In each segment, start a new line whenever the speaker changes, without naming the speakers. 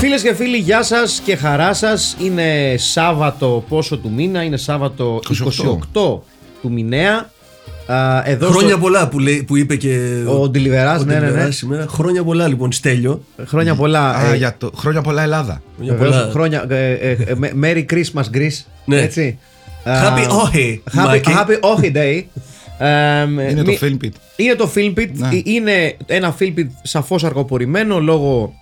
Φίλε και φίλοι, γεια σας και χαρά σας. Είναι Σάββατο πόσο του μήνα, είναι Σάββατο 28,
28
του μηνέα. Α, Εδώ
Χρόνια
στο...
πολλά που, λέει, που είπε και
Ο Ντιλιβεράς,
ο
ναι, ναι, ναι.
Ντιλιβεράς σήμερα. Χρόνια πολλά λοιπόν, Στέλιο.
Χρόνια πολλά.
Α,
ε,
για το... Χρόνια πολλά Ελλάδα.
Χρόνια
βεβαίως,
πολλά.
χρόνια, ε, ε, ε, με- Merry Christmas, Greece.
Ναι.
Έτσι.
Happy
Α,
όχι,
Happy,
Μάκη.
happy όχι Day. Ε, ε,
Είναι το
μη-
Film Pit.
Είναι το Filmpit.
Ναι.
Ε, Είναι ένα Filmpit σαφώς αργοπορημένο λόγω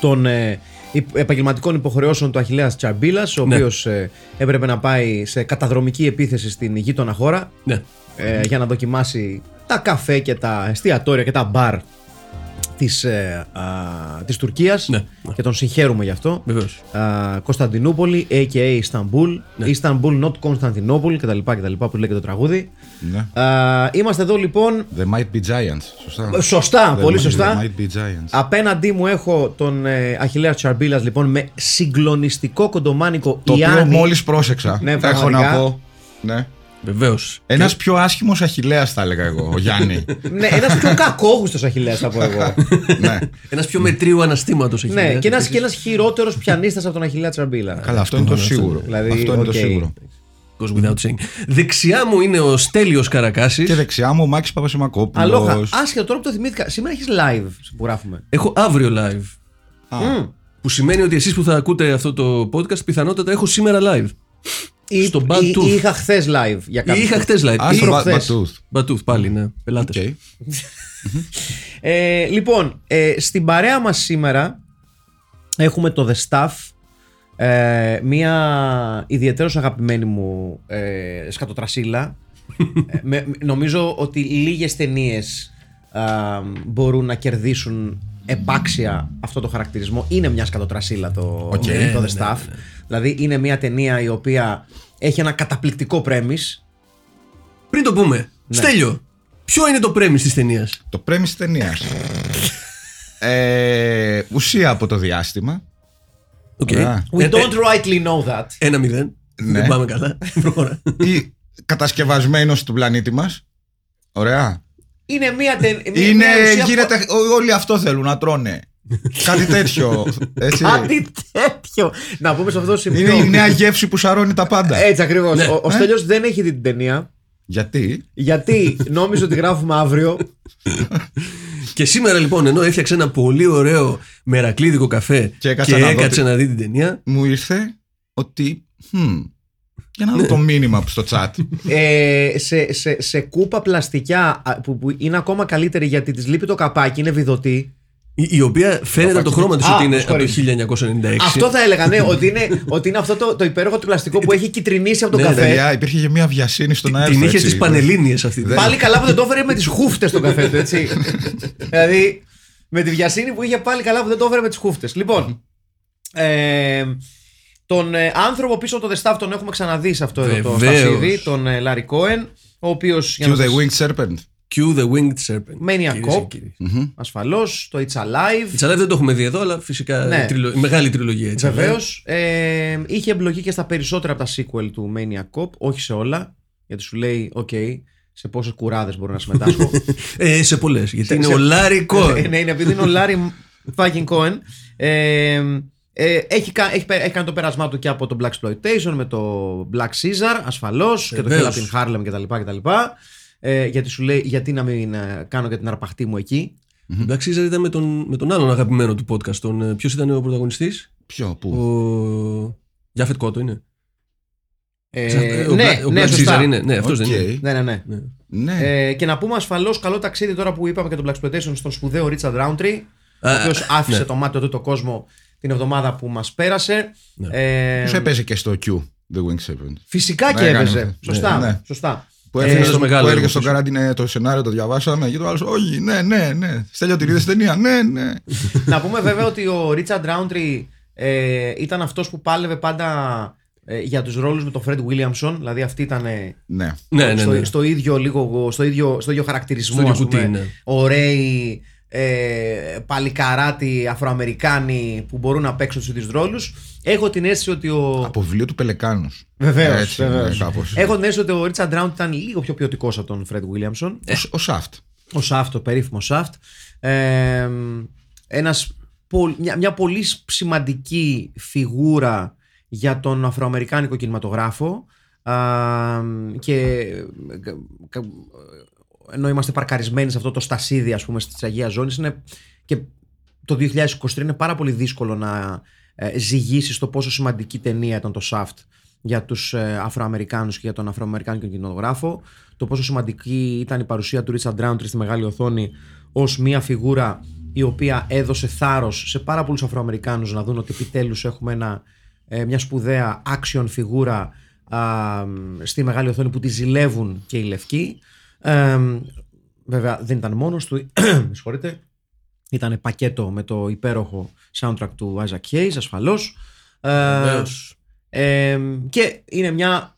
των ε, υπ- επαγγελματικών υποχρεώσεων του Αχηλέα Τσαμπίλας, ο
Ναι.
οποίος οποίο έπρεπε να πάει σε καταδρομική επίθεση στην γείτονα χώρα
Ναι.
ε, για να δοκιμάσει τα καφέ και τα εστιατόρια και τα μπαρ της, ε, α, της Τουρκίας
Ναι, ναι.
και τον συγχαίρουμε γι' αυτό
Βεβαίως. Ναι.
Α, Κωνσταντινούπολη a.k.a. Ισταμπούλ Ισταμπούλ not Κωνσταντινούπολη κτλ, κτλ που λέει και το τραγούδι
Ναι.
Α, είμαστε εδώ λοιπόν
The Might Be Giants. Σωστά.
Ε, Σωστά,
The
πολύ
might-
σωστά.
The Might Be Giants.
Απέναντί μου έχω τον ε, Αχιλέα Τσαρμπίλας λοιπόν με συγκλονιστικό κοντομάνικο
το οποίο
Ιάννη.
μόλις πρόσεξα.
Ναι,
έχω
πραγματικά.
να πω. Ναι.
Βεβαίως.
Ε,
Ένα πιο άσχημος αχηλέα θα έλεγα εγώ, ο Γιάννη.
Ναι, ένας πιο κακόγουστος Αχιλέα θα πω εγώ.
ναι.
Ένας πιο μετρίου αναστήματος έχει.
ναι,
ναι.
και ένας και ένας χειρότερος πιανίστας από τον Αχιλέα Τσαρμπίλα.
Καλά, αυτό είναι το σίγουρο.
Δηλαδή,
αυτό είναι το
οκ.
σίγουρο.
Goes without saying. Δεξιά μου είναι ο Στέλιος Καρακάσης.
Και δεξιά μου ο Μάκης
Αλόχα,
Παπασημακόπουλο.
άσχετο τώρα που το θυμήθηκα, σήμερα έχεις live που γράφουμε.
Έχω αύριο live. Που σημαίνει ότι εσείς που θα ακούτε αυτό το podcast πιθανότατα έχω σήμερα live.
Ή-
Στο Bad
ή-
Tooth.
ή είχα χθες live για
Ή
κάποιον.
είχα χτε live. Ή-
Άστο
προχθές.
Μπατούθ.
Μπατούθ πάλι, ναι. Πελάτε.
Οκ.
Ε, λοιπόν, ε, στην παρέα μας σήμερα έχουμε το The Staff, ε, μία ιδιαίτερως αγαπημένη μου ε, σκατοτρασίλα. Ε, με- με- νομίζω ότι λίγες ταινίες μπορούν να κερδίσουν επάξια αυτό το χαρακτηρισμό. Είναι μια σκατοτρασίλα το,
Οκ.
το
Ναι,
The
ναι,
Staff. Δηλαδή είναι μια ταινία η οποία έχει ένα καταπληκτικό πρέμις.
Πριν το πούμε,
Ναι.
Στέλιο, ποιο είναι το πρέμι της ταινίας.
Το πρέμι της ταινίας. Ε, ουσία από το διάστημα. Ωραία.
We don't rightly know that.
Ένα μηδέν.
Ναι.
Δεν πάμε καλά. Προχώρα.
ή κατασκευασμένος του πλανήτη μας. Ωραία.
Είναι μια ταινία.
Είναι, γίνεται, ό- όλοι αυτό θέλουν να τρώνε. Κάτι τέτοιο. Έτσι.
Κάτι τέτοιο. Να πούμε σε αυτό το σημείο.
Είναι η νέα γεύση που σαρώνει τα πάντα.
Έτσι ακριβώς.
Ναι.
ο ο
Ε.
Στέλιος δεν έχει δει την ταινία.
Γιατί
Γιατί νόμιζε ότι γράφουμε αύριο.
Και σήμερα λοιπόν, ενώ έφτιαξε ένα πολύ ωραίο μερακλίδικο καφέ
Και έκατσα να δω
έκατσε
τι-
να δει την ταινία.
μου ήρθε ότι. «Χμ, για να δω το μήνυμα που στο chat.
ε, σε, σε, σε κούπα πλαστικιά α, που, που είναι ακόμα καλύτερη γιατί της λείπει το καπάκι, είναι βιδωτή.
Η, η οποία φαίνεται από το χρώμα της
Α,
ότι είναι από το
συγχωρείς.
1996.
Αυτό θα έλεγα, ναι, ότι είναι, ότι είναι αυτό το, το υπέροχο του πλαστικό που έχει κυτρινίσει από τον
Ναι,
καφέ.
Παιδιά, υπήρχε και μια βιασύνη στον αέρα.
Την είχε
έτσι.
στις Πανελλήνιες αυτή.
Δεν-
ναι. Πάλι καλά που δεν το έφερε με τις χούφτες τον καφέ του, έτσι. δηλαδή, με τη βιασύνη που είχε πάλι καλά που δεν το έφερε με τις χούφτες. Λοιπόν, ε, τον ε, άνθρωπο πίσω από το The Staff τον έχουμε ξαναδεί σε αυτό εδώ το
Βεβαίως.
στασίδι, τον ε, Λάρι Κόεν, ο οποίο.
Cue the winged serpent.
Cue the winged serpent.
Maniac
κυρίες και
Cop.
κύριοι.
Ασφαλώς, το It's Alive.
Η Τσαλάβη δεν το έχουμε δει εδώ, αλλά φυσικά
Ναι.
η τριλο- η μεγάλη τριλογία. έτσι,
Βεβαίω.
βέβαια.
Ε, είχε εμπλοκή και στα περισσότερα από τα sequel του Maniac Cop, όχι σε όλα. Γιατί σου λέει, οκ, σε πόσες κουράδες μπορώ να συμμετάσχω.
Ε, σε πολλές. Γιατί είναι
σε-
ο Λάρι Κόρ.
Ε, ναι, είναι επειδή είναι ο Λάρι fucking Cohen. Ε, ε, έχει, κα- έχει, πε- έχει κάνει το πέρασμά του και από το Black Exploitation με το Black Caesar ασφαλώς και το Hell
Βεβαίως.
Up in Harlem κτλ. κτλ. Ε, γιατί σου λέει, γιατί να μην ε, κάνω και την αρπαχτή μου εκεί.
Εντάξει, Caesar ήταν με τον, με τον άλλον αγαπημένο του podcast. Τον, ε, ποιος ήταν ο πρωταγωνιστής,
Ποιο,
ο
πού.
Γιάφετ Κότο είναι.
Ε,
ο
ναι,
Bla- ο
ναι,
Black
σωστά.
Caesar είναι. Ναι, αυτός δεν
Οκ.
είναι.
Ναι, ναι, ναι.
Ναι.
Ε, και να πούμε ασφαλώς καλό ταξίδι τώρα που είπαμε και τον Black Exploitation στον σπουδαίο Richard Roundtree, ο
Α,
οποίος άφησε
ναι.
το μάτι του το κόσμο την εβδομάδα που μας πέρασε.
Ναι.
Ε,
Ποιο έπαιζε και στο Q, The Wing Serpent.
Φυσικά
Ναι,
και
έκανε
έπαιζε.
αυτό.
Σωστά.
Ναι, ναι.
σωστά.
Που
Ε,
έφυγε
ένας
στο, που
μεγάλο
έλεγε
εγώ
στον
πίσω.
καράντινε το σενάριο, το διαβάσαμε και το άλλο. Όχι, ναι, ναι, ναι. Στέλιο τη είδες ταινία. Ναι, ναι.
να πούμε βέβαια ότι ο Richard Roundtree ε, ήταν αυτός που πάλευε πάντα ε, για τους ρόλους με τον Fred Williamson. Δηλαδή αυτοί ήταν ε,
ναι.
Ναι, ναι,
στο,
ναι.
στο ίδιο λίγο, στο ίδιο, στο ίδιο χαρακτηρισμό.
Στο ίδιο
ας
κουτί,
πούμε.
ναι.
Ωραίοι, ε, παλικαράτοι, Αφροαμερικάνοι που μπορούν να παίξουν του ίδιους ρόλους. Έχω την αίσθηση ότι ο.
Από βιβλίο του Πελεκάνους.
Βεβαίως, βεβαίως.
κάπως.
Έχω την αίσθηση ότι ο Ρίτσαρντ Ράουντ ήταν λίγο πιο ποιοτικός από τον Φρεντ Βίλιαμσον.
Ο- Ο Σαφτ.
Ο Σαφτ, ο περίφημο Σαφτ. Ε, ένας, πο- μια, μια πολύ σημαντική φιγούρα για τον Αφροαμερικάνικο κινηματογράφο. Α, και κα- κα- ενώ είμαστε παρκαρισμένοι σε αυτό το στασίδι ας πούμε της Αγίας Ζώνης είναι και το 2023 είναι πάρα πολύ δύσκολο να ε, ζυγίσεις το πόσο σημαντική ταινία ήταν το Shaft για τους ε, Αφροαμερικάνους και για τον Αφροαμερικάνικο κινηματογράφο το πόσο σημαντική ήταν η παρουσία του Richard Roundtree στη μεγάλη οθόνη ως μια φιγούρα η οποία έδωσε θάρρος σε πάρα πολλούς Αφροαμερικάνους να δουν ότι επιτέλους έχουμε ένα, ε, μια σπουδαία action φιγούρα α, μ, στη μεγάλη οθόνη που τη ζηλεύουν και οι λευκοί ε, μ, βέβαια δεν ήταν μόνος του με συγχωρείτε ήταν πακέτο με το υπέροχο soundtrack του Isaac Hayes ασφαλώς ε,
Βεβαίως.
ε, και είναι μια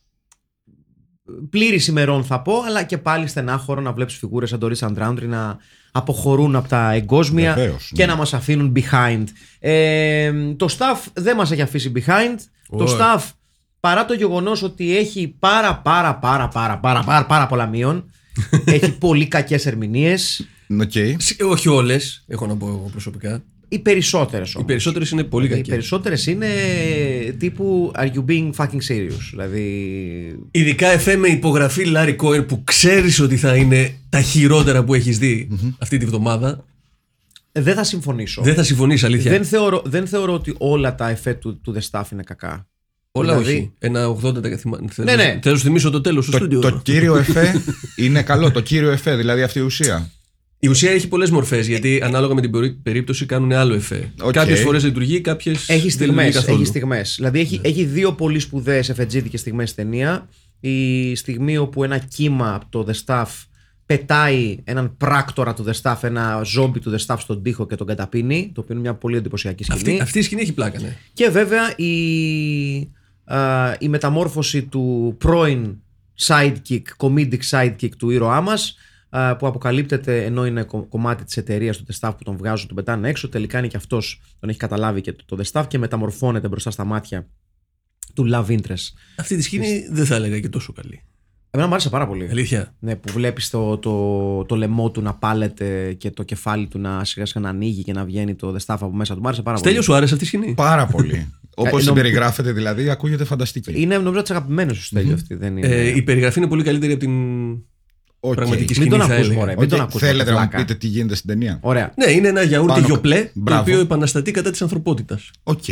πλήρης ημερών θα πω αλλά και πάλι στενάχωρο να βλέπεις φιγούρες σαν το Richard Roundtree να αποχωρούν από τα εγκόσμια
Βεβαίως,
και
ναι.
να μας αφήνουν behind ε, το staff δεν μας έχει αφήσει behind το
Όχι.
staff παρά το γεγονός ότι έχει πάρα πάρα πάρα πάρα πάρα πάρα, πάρα πολλά μείον έχει πολύ κακές ερμηνείες
Οκ.
Σ- Όχι όλες, έχω να πω εγώ προσωπικά.
οι περισσότερες
Οι
όμως
περισσότερες είναι πολύ
οι
κακές.
περισσότερες είναι τύπου Are you being fucking serious Δηλαδή
Ειδικά εφέ με υπογραφή Λάρι Κόεν που ξέρεις ότι θα είναι τα χειρότερα που έχεις δει αυτή τη βδομάδα.
Δεν θα συμφωνήσω.
Δεν θα συμφωνείς, αλήθεια.
Δεν θεωρώ, δεν θεωρώ ότι όλα τα εφέ του, του The Staff είναι κακά.
Όλα
δηλαδή-
όχι. Ένα 80% τα καθημά-
Ναι, ναι.
Θέλω να σου θυμίσω το τέλος του
Το,
στούντιο.
το κύριο εφέ είναι καλό. Το κύριο εφέ, δηλαδή αυτή η ουσία.
Η ουσία έχει πολλές μορφές γιατί ανάλογα με την περί- περίπτωση κάνουν άλλο εφέ.
Οκ.
Κάποιες φορές λειτουργεί, Ναι. κάποιες.
Έχει στιγμές, έχει στιγμές. Δηλαδή έχει, έχει δύο πολύ σπουδαίες εφετζίδικες στιγμές στην ταινία. Η στιγμή όπου ένα κύμα από το The Staff πετάει έναν πράκτορα του The Staff, ένα ζόμπι του The Staff στον τοίχο και τον καταπίνει, το οποίο είναι μια πολύ εντυπωσιακή σκηνή.
Αυτή, αυτή η σκηνή έχει πλάκα, ναι.
Και βέβαια η, α, η μεταμόρφωση του πρώην sidekick, comedic sidekick του ήρωά μας α, που αποκαλύπτεται ενώ είναι κο- κομμάτι της εταιρείας του The Staff που τον βγάζουν, τον πετάνε έξω τελικά είναι και αυτός, τον έχει καταλάβει και το, το The Staff και μεταμορφώνεται μπροστά στα μάτια του Love Interest.
Αυτή τη σκηνή δεν θα έλεγα και τόσο καλή.
Εμένα μου άρεσε πάρα πολύ.
Αλήθεια.
Ναι, που βλέπεις το, το, το λαιμό του να πάλεται και το κεφάλι του να σιγά σιγά να ανοίγει και να βγαίνει το The Staff από μέσα του. Μου άρεσε πάρα
Στέλιο,
πολύ.
σου άρεσε αυτή η σκηνή.
Πάρα πολύ. Όπως
Ε,
την
νομι-
περιγράφεται, δηλαδή, ακούγεται φανταστική.
Είναι νομίζω τι αγαπημένε σου Στέλιο αυτή. Δεν είναι...
Ναι.
Ε, η περιγραφή είναι πολύ καλύτερη από την.
Οκ.
πραγματική
Οκ.
Μην τον
σκηνή θα
ακούς,
έλεγα.
μωρέ. Μην τον ακούς.
Θέλετε να μου
πλάκα.
πείτε τι γίνεται στην ταινία.
Ωραία.
Ναι, είναι ένα γιαούρτι
Πάνω-
γιοπλέ το
Μπράβο.
οποίο επαναστατεί κατά της ανθρωπότητας.
Οκ.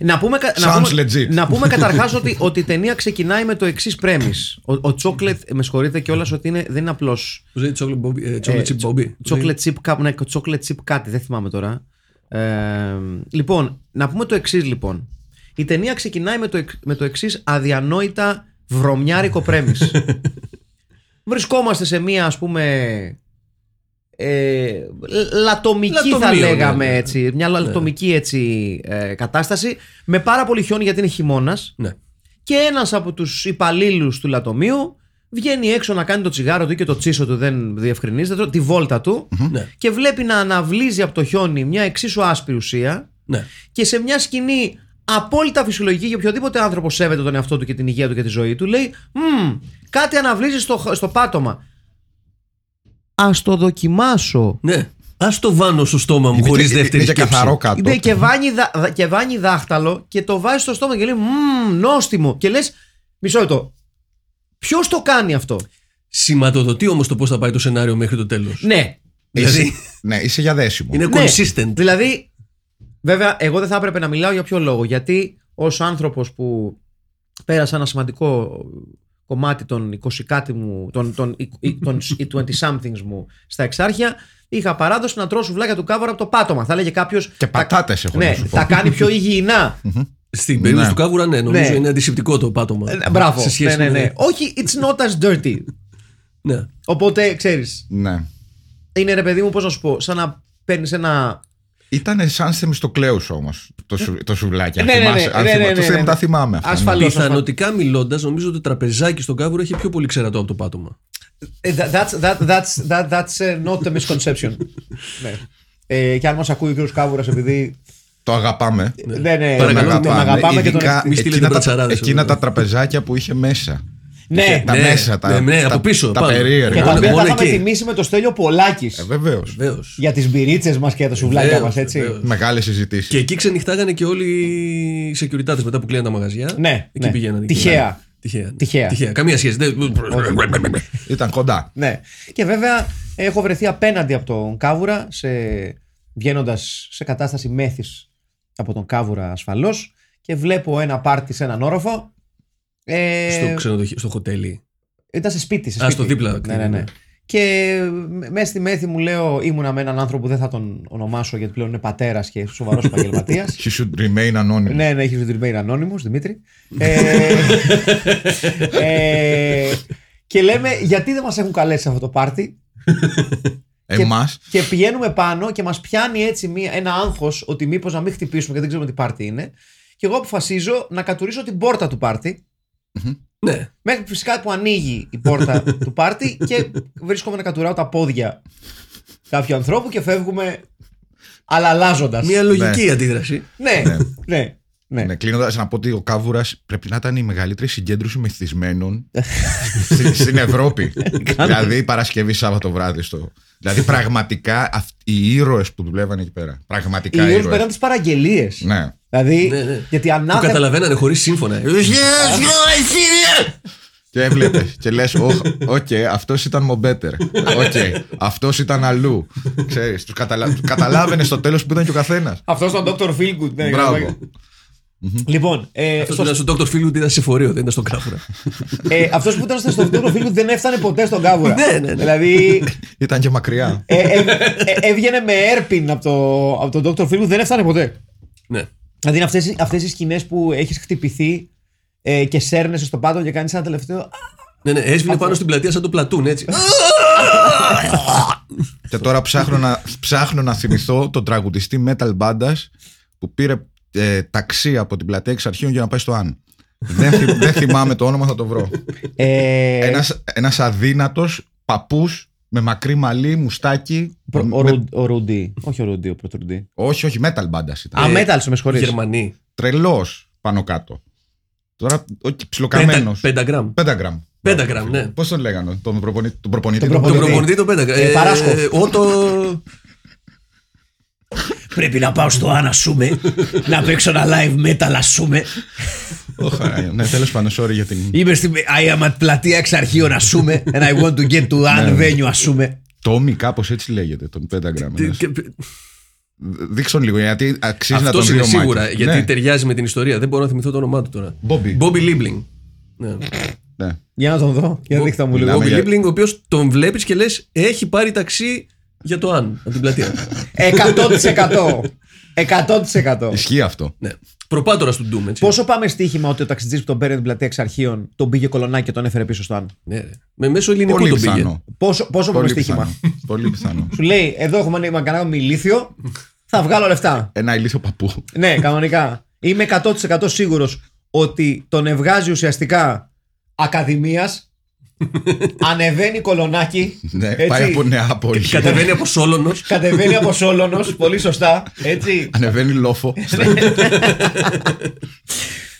Να πούμε, κα- να
Sounds
πούμε,
legit.
να πούμε καταρχάς ότι, ότι η ταινία ξεκινάει με το εξής πρέμι. Ο, ο Chocolate, με συγχωρείτε κιόλας ότι είναι, δεν είναι απλό.
Του λέει Chocolate Bobby. ε, Chocolate Chip Bobby.
Chocolate chip, κάπου, ναι, chocolate chip κάτι, δεν θυμάμαι τώρα. Ε, λοιπόν, να πούμε το εξής λοιπόν. Η ταινία ξεκινάει με το, εξ- με το εξής αδιανόητα βρωμιάρικο πρέμις. Βρισκόμαστε σε μία ας πούμε ε, λατομική θα
Λατομείο, ναι,
λέγαμε
ναι.
έτσι, μια λατομική έτσι ε, κατάσταση με πάρα πολύ χιόνι γιατί είναι χειμώνας
Ναι.
και ένας από τους υπαλλήλους του λατομείου βγαίνει έξω να κάνει το τσιγάρο του ή και το τσίσο του δεν διευκρινίζεται, το- τη βόλτα του
Ναι.
και βλέπει να αναβλύζει από το χιόνι μια εξίσου άσπρη ουσία
ναι.
και σε μια σκηνή απόλυτα φυσιολογική για οποιοδήποτε άνθρωπο σέβεται τον εαυτό του και την υγεία του και τη ζωή του, λέει «Μμμ, κάτι αναβλύζει στο, χ- στο πάτωμα. Ας το δοκιμάσω.
Ναι. Ας το βάνω στο στόμα μου
Είναι
χωρίς
και-
δεύτερη
Είναι και
σκέψη.
καθαρό κάτω.
Ναι, και, βάνει, δα- δα- και βάνει δάχταλο και το βάζει στο στόμα και λέει «Μμμ, νόστιμο». Και λες «Μισό λεπτό, ποιος το κάνει αυτό».
Σηματοδοτεί όμως το πώς θα πάει το σενάριο μέχρι το τέλος.
Ναι,
Δηλαδή
Ναι, είσαι για δέσιμο.
είναι
Ναι.
consistent.
Δηλαδή, βέβαια, εγώ δεν θα έπρεπε να μιλάω για ποιο λόγο. Γιατί ως άνθρωπος που πέρασα ένα σημαντικό κομμάτι των 20 κάτι μου, των, των, των 20 somethings μου στα εξάρχεια. Είχα παράδοση να τρώω σουβλάκια του κάβουρα από το πάτωμα. Θα έλεγε κάποιος.
Και πατάτες έχω να
Ναι,
σου πω.
τα κάνει πιο υγιεινά.
Στην περίπτωση
Ναι.
του Κάβουρα, ναι, νομίζω
Ναι.
είναι αντισηπτικό το πάτωμα.
Ε, Μπράβο.
Σε
Ναι,
σχέση
ναι,
με-
ναι. Όχι, it's not as dirty.
ναι.
Οπότε ξέρεις.
Ναι.
Είναι ρε παιδί μου, πώς να σου πω, σαν να παίρνεις ένα.
Ήταν σαν θεμιστοκλέου όμως το, σου, το σουβλάκι. Αν
Ναι, ναι, ναι,
θυμάσαι. αν
ναι, ναι,
θυμάσαι.
ναι,
Το
ναι,
θυμ-
ναι.
Τα θυμάμαι αυτά. ναι.
Ασφαλώς.
Πιθανωτικά μιλώντας, νομίζω ότι το τραπεζάκι στον Κάβουρα έχει πιο πολύ ξερατό από το πάτωμα.
Ε, that- That's, that, that's, that, that's uh, not a misconception. ναι. Ε, και αν μας ακούει ο κ. Κάβουρας, επειδή.
Το αγαπάμε.
Ναι, ναι,
Τον
Παρακαλώ,
τον
αγαπάμε.
αγαπάμε και τον.
Ειδικά
Μη στείλετε
εκείνα τα-
μπρατσαράδες,
Εκείνα
βέβαια.
τα τραπεζάκια που είχε μέσα.
Ναι,
Τα
Ναι,
μέσα, τα,
ναι, ναι,
τα,
από πίσω,
τα
πάνω.
και
περίεργα.
τα
Μόνο-
οποία τα
μόνο
είχαμε
εκεί.
τιμήσει με το Στέλιο Πολάκης.
Ε, βεβαίως.
Βεβαίως.
για τις μπυρίτσες μας και τα σουβλάκια μα,
Βεβαίως,
έτσι.
βεβαίως.
Μεγάλες συζητήσεις.
Και εκεί ξενυχτάγανε και όλοι οι σεκιουριτάτε μετά που κλείναν τα μαγαζιά.
Ναι,
εκεί
ναι.
πηγαίνανε. εκεί
Τυχαία.
πηγαίνανε. Τυχαία. ναι.
Τυχαία.
Καμία σχέση. Δεν-
Ήταν κοντά.
Ναι. Και βέβαια έχω βρεθεί απέναντι από τον Κάβουρα σε... βγαίνοντας σε κατάσταση μέθης από τον Κάβουρα ασφαλώς και βλέπω ένα πάρτι σε έναν όροφο. Ε,
Στο ξενοδοχείο, στο χοτέλι.
Ήταν σε σπίτι. Σε
Α,
σπίτι.
στο δίπλα
Ναι,
κτίριο,
ναι, ναι.
ναι.
Και μ- μέσα στη μέθη μου λέω ήμουνα με έναν άνθρωπο που δεν θα τον ονομάσω γιατί πλέον είναι πατέρας και σοβαρός επαγγελματίας.
She should remain anonymous.
Ναι, ναι, έχει remain anonymous, Δημήτρη. ε, ε, και λέμε, γιατί δεν μας έχουν καλέσει σε αυτό το πάρτι.
Εμάς.
Και πηγαίνουμε πάνω και μας πιάνει έτσι μία, ένα άγχος ότι μήπως να μην χτυπήσουμε και δεν ξέρουμε τι πάρτι είναι. Και εγώ αποφασίζω να κατουρίσω την πόρτα του πάρτι.
Ναι.
Μέχρι φυσικά που ανοίγει η πόρτα του πάρτι και βρίσκομαι να κατουράω τα πόδια κάποιου ανθρώπου και φεύγουμε αλλά αλλάζοντας.
Μια λογική αντίδραση.
Ναι, ναι, ναι.
Ναι, κλείνοντας, να πω ότι ο Κάβουρας πρέπει να ήταν η μεγαλύτερη συγκέντρωση μεθυσμένων στη- στην Ευρώπη. δηλαδή Παρασκευή, Σάββατο βράδυ. Στο... Δηλαδή πραγματικά αυτ- οι ήρωες που δουλεύαν εκεί πέρα.
Οι
Πραγματικά
ήρωες
ήρωες.
παίρνουν τις παραγγελίες.
Ναι.
Δηλαδή,
Ναι, ναι.
γιατί
Το
ανάθεμα.
καταλαβαίνανε χωρίς
Ε,
σύμφωνα. Ε,
Και έβλεπες και λες, οκ, αυτός ήταν μομπέτερ. Οκ, αυτός ήταν αλλού. Ξέρεις, τους καταλα... καταλάβαινες στο τέλος που ήταν και ο καθένας.
Αυτός ήταν ο Dr. Feelgood. Ναι,
Μπράβο.
Λοιπόν, ε,
Αυτό ήταν στον Dr. Φίλου ότι ήταν σε φορείο, δεν ήταν στον Κάβουρα.
ε, αυτός που ήταν στο Dr. Feelgood δεν έφτανε ποτέ στον Κάβουρα.
Ναι, ναι, ναι.
Δηλαδή,
Ήταν και μακριά.
ε, ε, ε, έβγαινε με έρπιν από το, από το Dr. Feelgood, δεν έφτανε ποτέ.
ναι.
Δηλαδή, είναι αυτές, οι- αυτές οι σκηνές που έχεις χτυπηθεί ε, και σέρνεσαι στο πάτο και κάνεις ένα τελευταίο. «Α».
Ναι, ναι, έσβηνε πάνω στην πλατεία σαν το πλατούν,
Ε,
έτσι.
Και τώρα ψάχνω να, ψάχνω να θυμηθώ τον τραγουδιστή metal μπάντα που πήρε ε, ταξί από την πλατεία εξ αρχείων για να πάει στο Αν. δεν, θυ- δεν θυμάμαι το όνομα, θα το βρω.
Ε,
ένας, ένας αδύνατος παππούς με μακρύ μαλλί, μουστάκι.
προ- ο,
με-
Ρου- ο Ρούντι. Όχι ο Ρούντι, ο Πρωτορούντι.
όχι, όχι, metal μπάντα ήταν.
Α,
Ε,
μέταλ, με συγχωρείς.
Γερμανοί.
Τρελός πάνω κάτω. Τώρα, όχι,
Πέντα-
ψιλοκαμένος.
Πένταγκραμμ.
Πένταγκραμ.
Πένταγκραμμ, ναι.
Πώς τον λέγανε, τον προπονητή. Τον προπονητή
Τον
τον-
Τον
Ποντελή.
προπονητή τον Πένταγκραμμ.
Ε, Παράσκοφ.
Ότο.
Πρέπει να πάω στο Άννα Σούμε να παίξω ένα live metal ασούμε.
Ω, χαρά, Ναι, τέλος πάντων, sorry για την...
Είμαι στην I am at πλατεία εξ αρχείων ασούμε and I want to get to Anne venue ασούμε.
Τόμι, κάπως έτσι λέγεται, τον Πένταγκραμ.
Ναι.
ένας. Δείξτε τον λίγο, γιατί αξίζει να
Αυτό
τον δει
είναι
ο Μάκης.
σίγουρα, γιατί
ναι,
ταιριάζει με την ιστορία. Δεν μπορώ να θυμηθώ το όνομά του τώρα.
Bobby.
Μπόμπι Λίμπλινγκ. Ναι.
ναι.
Για να τον δω. Για δείχτα μου λίγο.
Μιλάμε
Μπόμπι
για-
Λίμπλινγκ, ο οποίος τον βλέπεις και λες έχει πάρει ταξί για το αν από την πλατεία.
100%. 100%.
Ισχύει αυτό.
ναι. Προπάτορα του Ντούμ, έτσι.
Πόσο πάμε στοίχημα ότι ο ταξιτζής που τον παίρνει την πλατεία εξ αρχείων τον πήγε κολονάκι και τον έφερε πίσω στο αν.
Ναι, ρε. Με μέσο ελληνικό
Πολύ
τον πήγε.
πιθανό.
Πόσο, πόσο πάμε
Πολύ
στοίχημα.
πιθανό. Πολύ πιθανό.
Σου λέει, εδώ έχουμε ένα μαγκανάκι ηλίθιο, θα βγάλω λεφτά.
Ένα ηλίθιο παππού.
ναι, κανονικά. Είμαι 100% σίγουρος ότι τον ευγάζει ουσιαστικά ακαδημίας. ανεβαίνει κολονάκι.
Ναι,
έτσι,
πάει από Νεάπολη.
Κατεβαίνει από Σόλωνος.
Κατεβαίνει από Σόλωνος, πολύ σωστά. Έτσι.
Ανεβαίνει λόφο.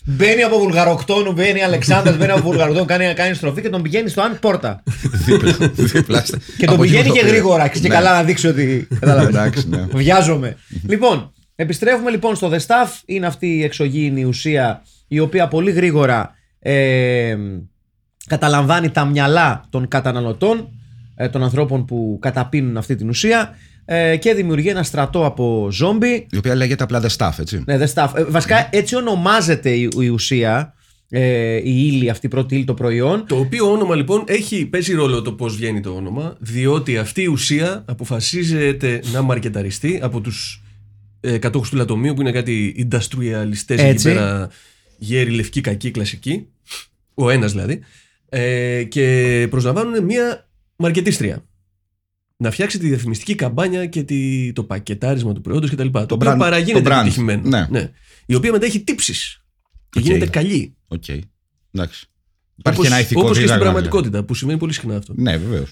Μπαίνει από Βουλγαροκτόνου, μπαίνει Αλεξάνδρας, μπαίνει από Βουλγαροκτόνου, κάνει, κάνει στροφή και τον πηγαίνει στο αν πόρτα.
δίπλα- δίπλα στα-
Και τον
από εκεί
πηγαίνει
που
και
πήρε.
γρήγορα. Και
Ναι.
καλά να δείξει ότι.
Ναι,
Κατάλαβες.
Εντάξει, ναι.
Βιάζομαι. λοιπόν, επιστρέφουμε λοιπόν στο The Staff. Είναι αυτή η εξωγήινη ουσία η οποία πολύ γρήγορα ε, καταλαμβάνει τα μυαλά των καταναλωτών, ε, των ανθρώπων που καταπίνουν αυτή την ουσία ε, και δημιουργεί ένα στρατό από ζόμπι.
Η οποία λέγεται απλά The Staff, έτσι.
Ναι, The Staff. Ε, βασικά έτσι ονομάζεται η, η ουσία. ε, η ύλη, αυτή η πρώτη ύλη, το προϊόν.
Το οποίο όνομα λοιπόν έχει, παίζει ρόλο το πώς βγαίνει το όνομα, διότι αυτή η ουσία αποφασίζεται να μαρκεταριστεί από τους ε, κατόχους του λατομείου που είναι κάτι industrialistέ εκεί
Έτσι.
πέρα, γέροι, λευκοί, κακοί, κλασικοί. Ο ένας δηλαδή. Ε, και προσλαμβάνουν μία μαρκετίστρια. Να φτιάξει τη διαφημιστική καμπάνια και τη, το πακετάρισμα του προϊόντος κτλ. Το, οποίο
brand-
παραγίνεται
το brand,
επιτυχημένο.
ναι.
Η οποία μετά έχει τύψεις. Και
Οκ.
γίνεται καλή.
Οκ. Εντάξει. Υπάρχει
Όπως-
ένα ηθικό
όπως και στην
δίδαγμα,
πραγματικότητα, που σημαίνει πολύ συχνά αυτό.
δηλαδή. Ναι, βεβαίω.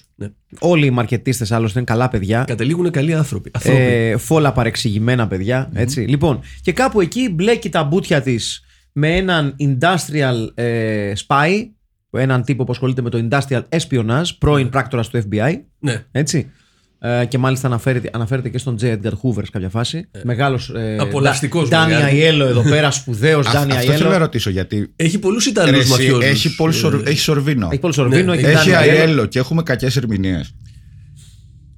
Όλοι οι μαρκετίστες άλλωστε είναι καλά παιδιά.
Καταλήγουν καλοί άνθρωποι. Ανθρώποι.
Ε, φόλα παρεξηγημένα παιδιά, έτσι. Λοιπόν, και κάπου εκεί μπλέκει τα μπουτια της με έναν industrial ε, spy, έναν τύπο που ασχολείται με το industrial espionage, πρώην πράκτορας του FBI,
ναι.
έτσι. Ε, και μάλιστα αναφέρεται, αναφέρεται και στον J. Edgar Hoover σε κάποια φάση. Μεγάλος ε,
Απολαυστικός
Ντάνι
μεγάλη.
Αιέλο εδώ πέρα, σπουδαίος Ντάνι
Αυτό θέλω να
Αιέλο.
ρωτήσω γιατί.
Έχει πολλούς
Ρε,
Ιταλού
εσύ,
μαφιόζους.
έχει, πολύ
Ε,
σορ- έχει σορβίνο.
Έχει πολύ σορβίνο,
Ναι,
έχει
Έχει
Ντάνι Αιέλο.
αέλο και έχουμε κακές ερμηνείες.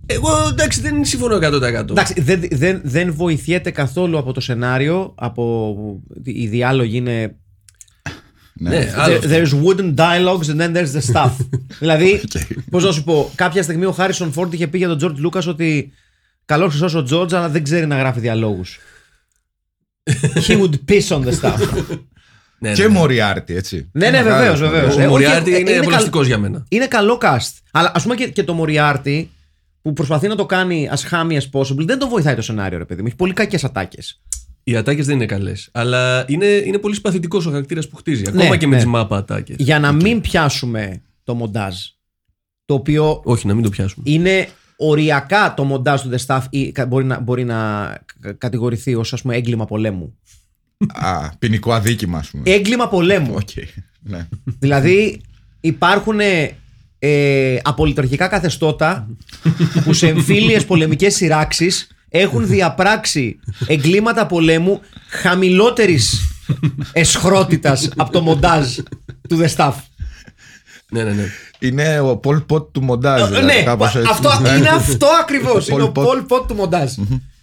Εγώ εντάξει δεν συμφωνώ 100%.
Εντάξει, δεν, δεν, δεν βοηθιέται καθόλου από το σενάριο. Από... Οι διάλογοι είναι. There-
Ναι, άλλο.
There's wooden dialogues and then there's the stuff. δηλαδή, πώς να σου πω, κάποια στιγμή ο Χάρισον Φόρντ είχε πει για τον Τζορτ Λούκα ότι. Καλό χρυσό ο Τζορτ, αλλά δεν ξέρει να γράφει διαλόγους. He would piss on the stuff.
Ναι,
Και ε,
ναι.
Μοριάρτη, έτσι.
ναι, ναι, βεβαίως,
Μεγάλος Μοριάρτη.
βεβαίω.
Ο Μοριάρτη είναι απολαυστικό για μένα.
Είναι καλό cast. Αλλά ας πούμε και, και το Μοριάρτη που προσπαθεί να το κάνει as hammy as possible, δεν τον βοηθάει το σενάριο, ρε παιδί μου. Έχει πολύ κακές ατάκες.
Οι ατάκες δεν είναι καλές. Αλλά είναι, είναι πολύ σπαθητικός ο χαρακτήρας που χτίζει. Ακόμα
Ναι,
και με
ναι.
τις μάπα ατάκες.
Για να μην πιάσουμε το μοντάζ, το οποίο
Όχι, να μην το πιάσουμε.
είναι οριακά το μοντάζ του The Staff ή κα- μπορεί να, μπορεί να κα- κατηγορηθεί ως ας πούμε έγκλημα πολέμου.
Α, ποινικό αδίκημα, ας πούμε.
Έγκλημα πολέμου.
Οκ. Ναι.
δηλαδή υπάρχουν ε, απολυταρχικά καθεστώτα που σε εμφύλιες πολεμικές σειράξεις έχουν διαπράξει εγκλήματα πολέμου χαμηλότερης εσχρότητας από το μοντάζ του The Staff.
Ναι, ναι, ναι.
Είναι ο Πολ Πότ του μοντάζ. δηλαδή,
ναι,
κάπως έτσι.
αυτό,
Ναι.
είναι αυτό ακριβώς.
Paul
είναι ο
Pot.
Paul Pot του μοντάζ.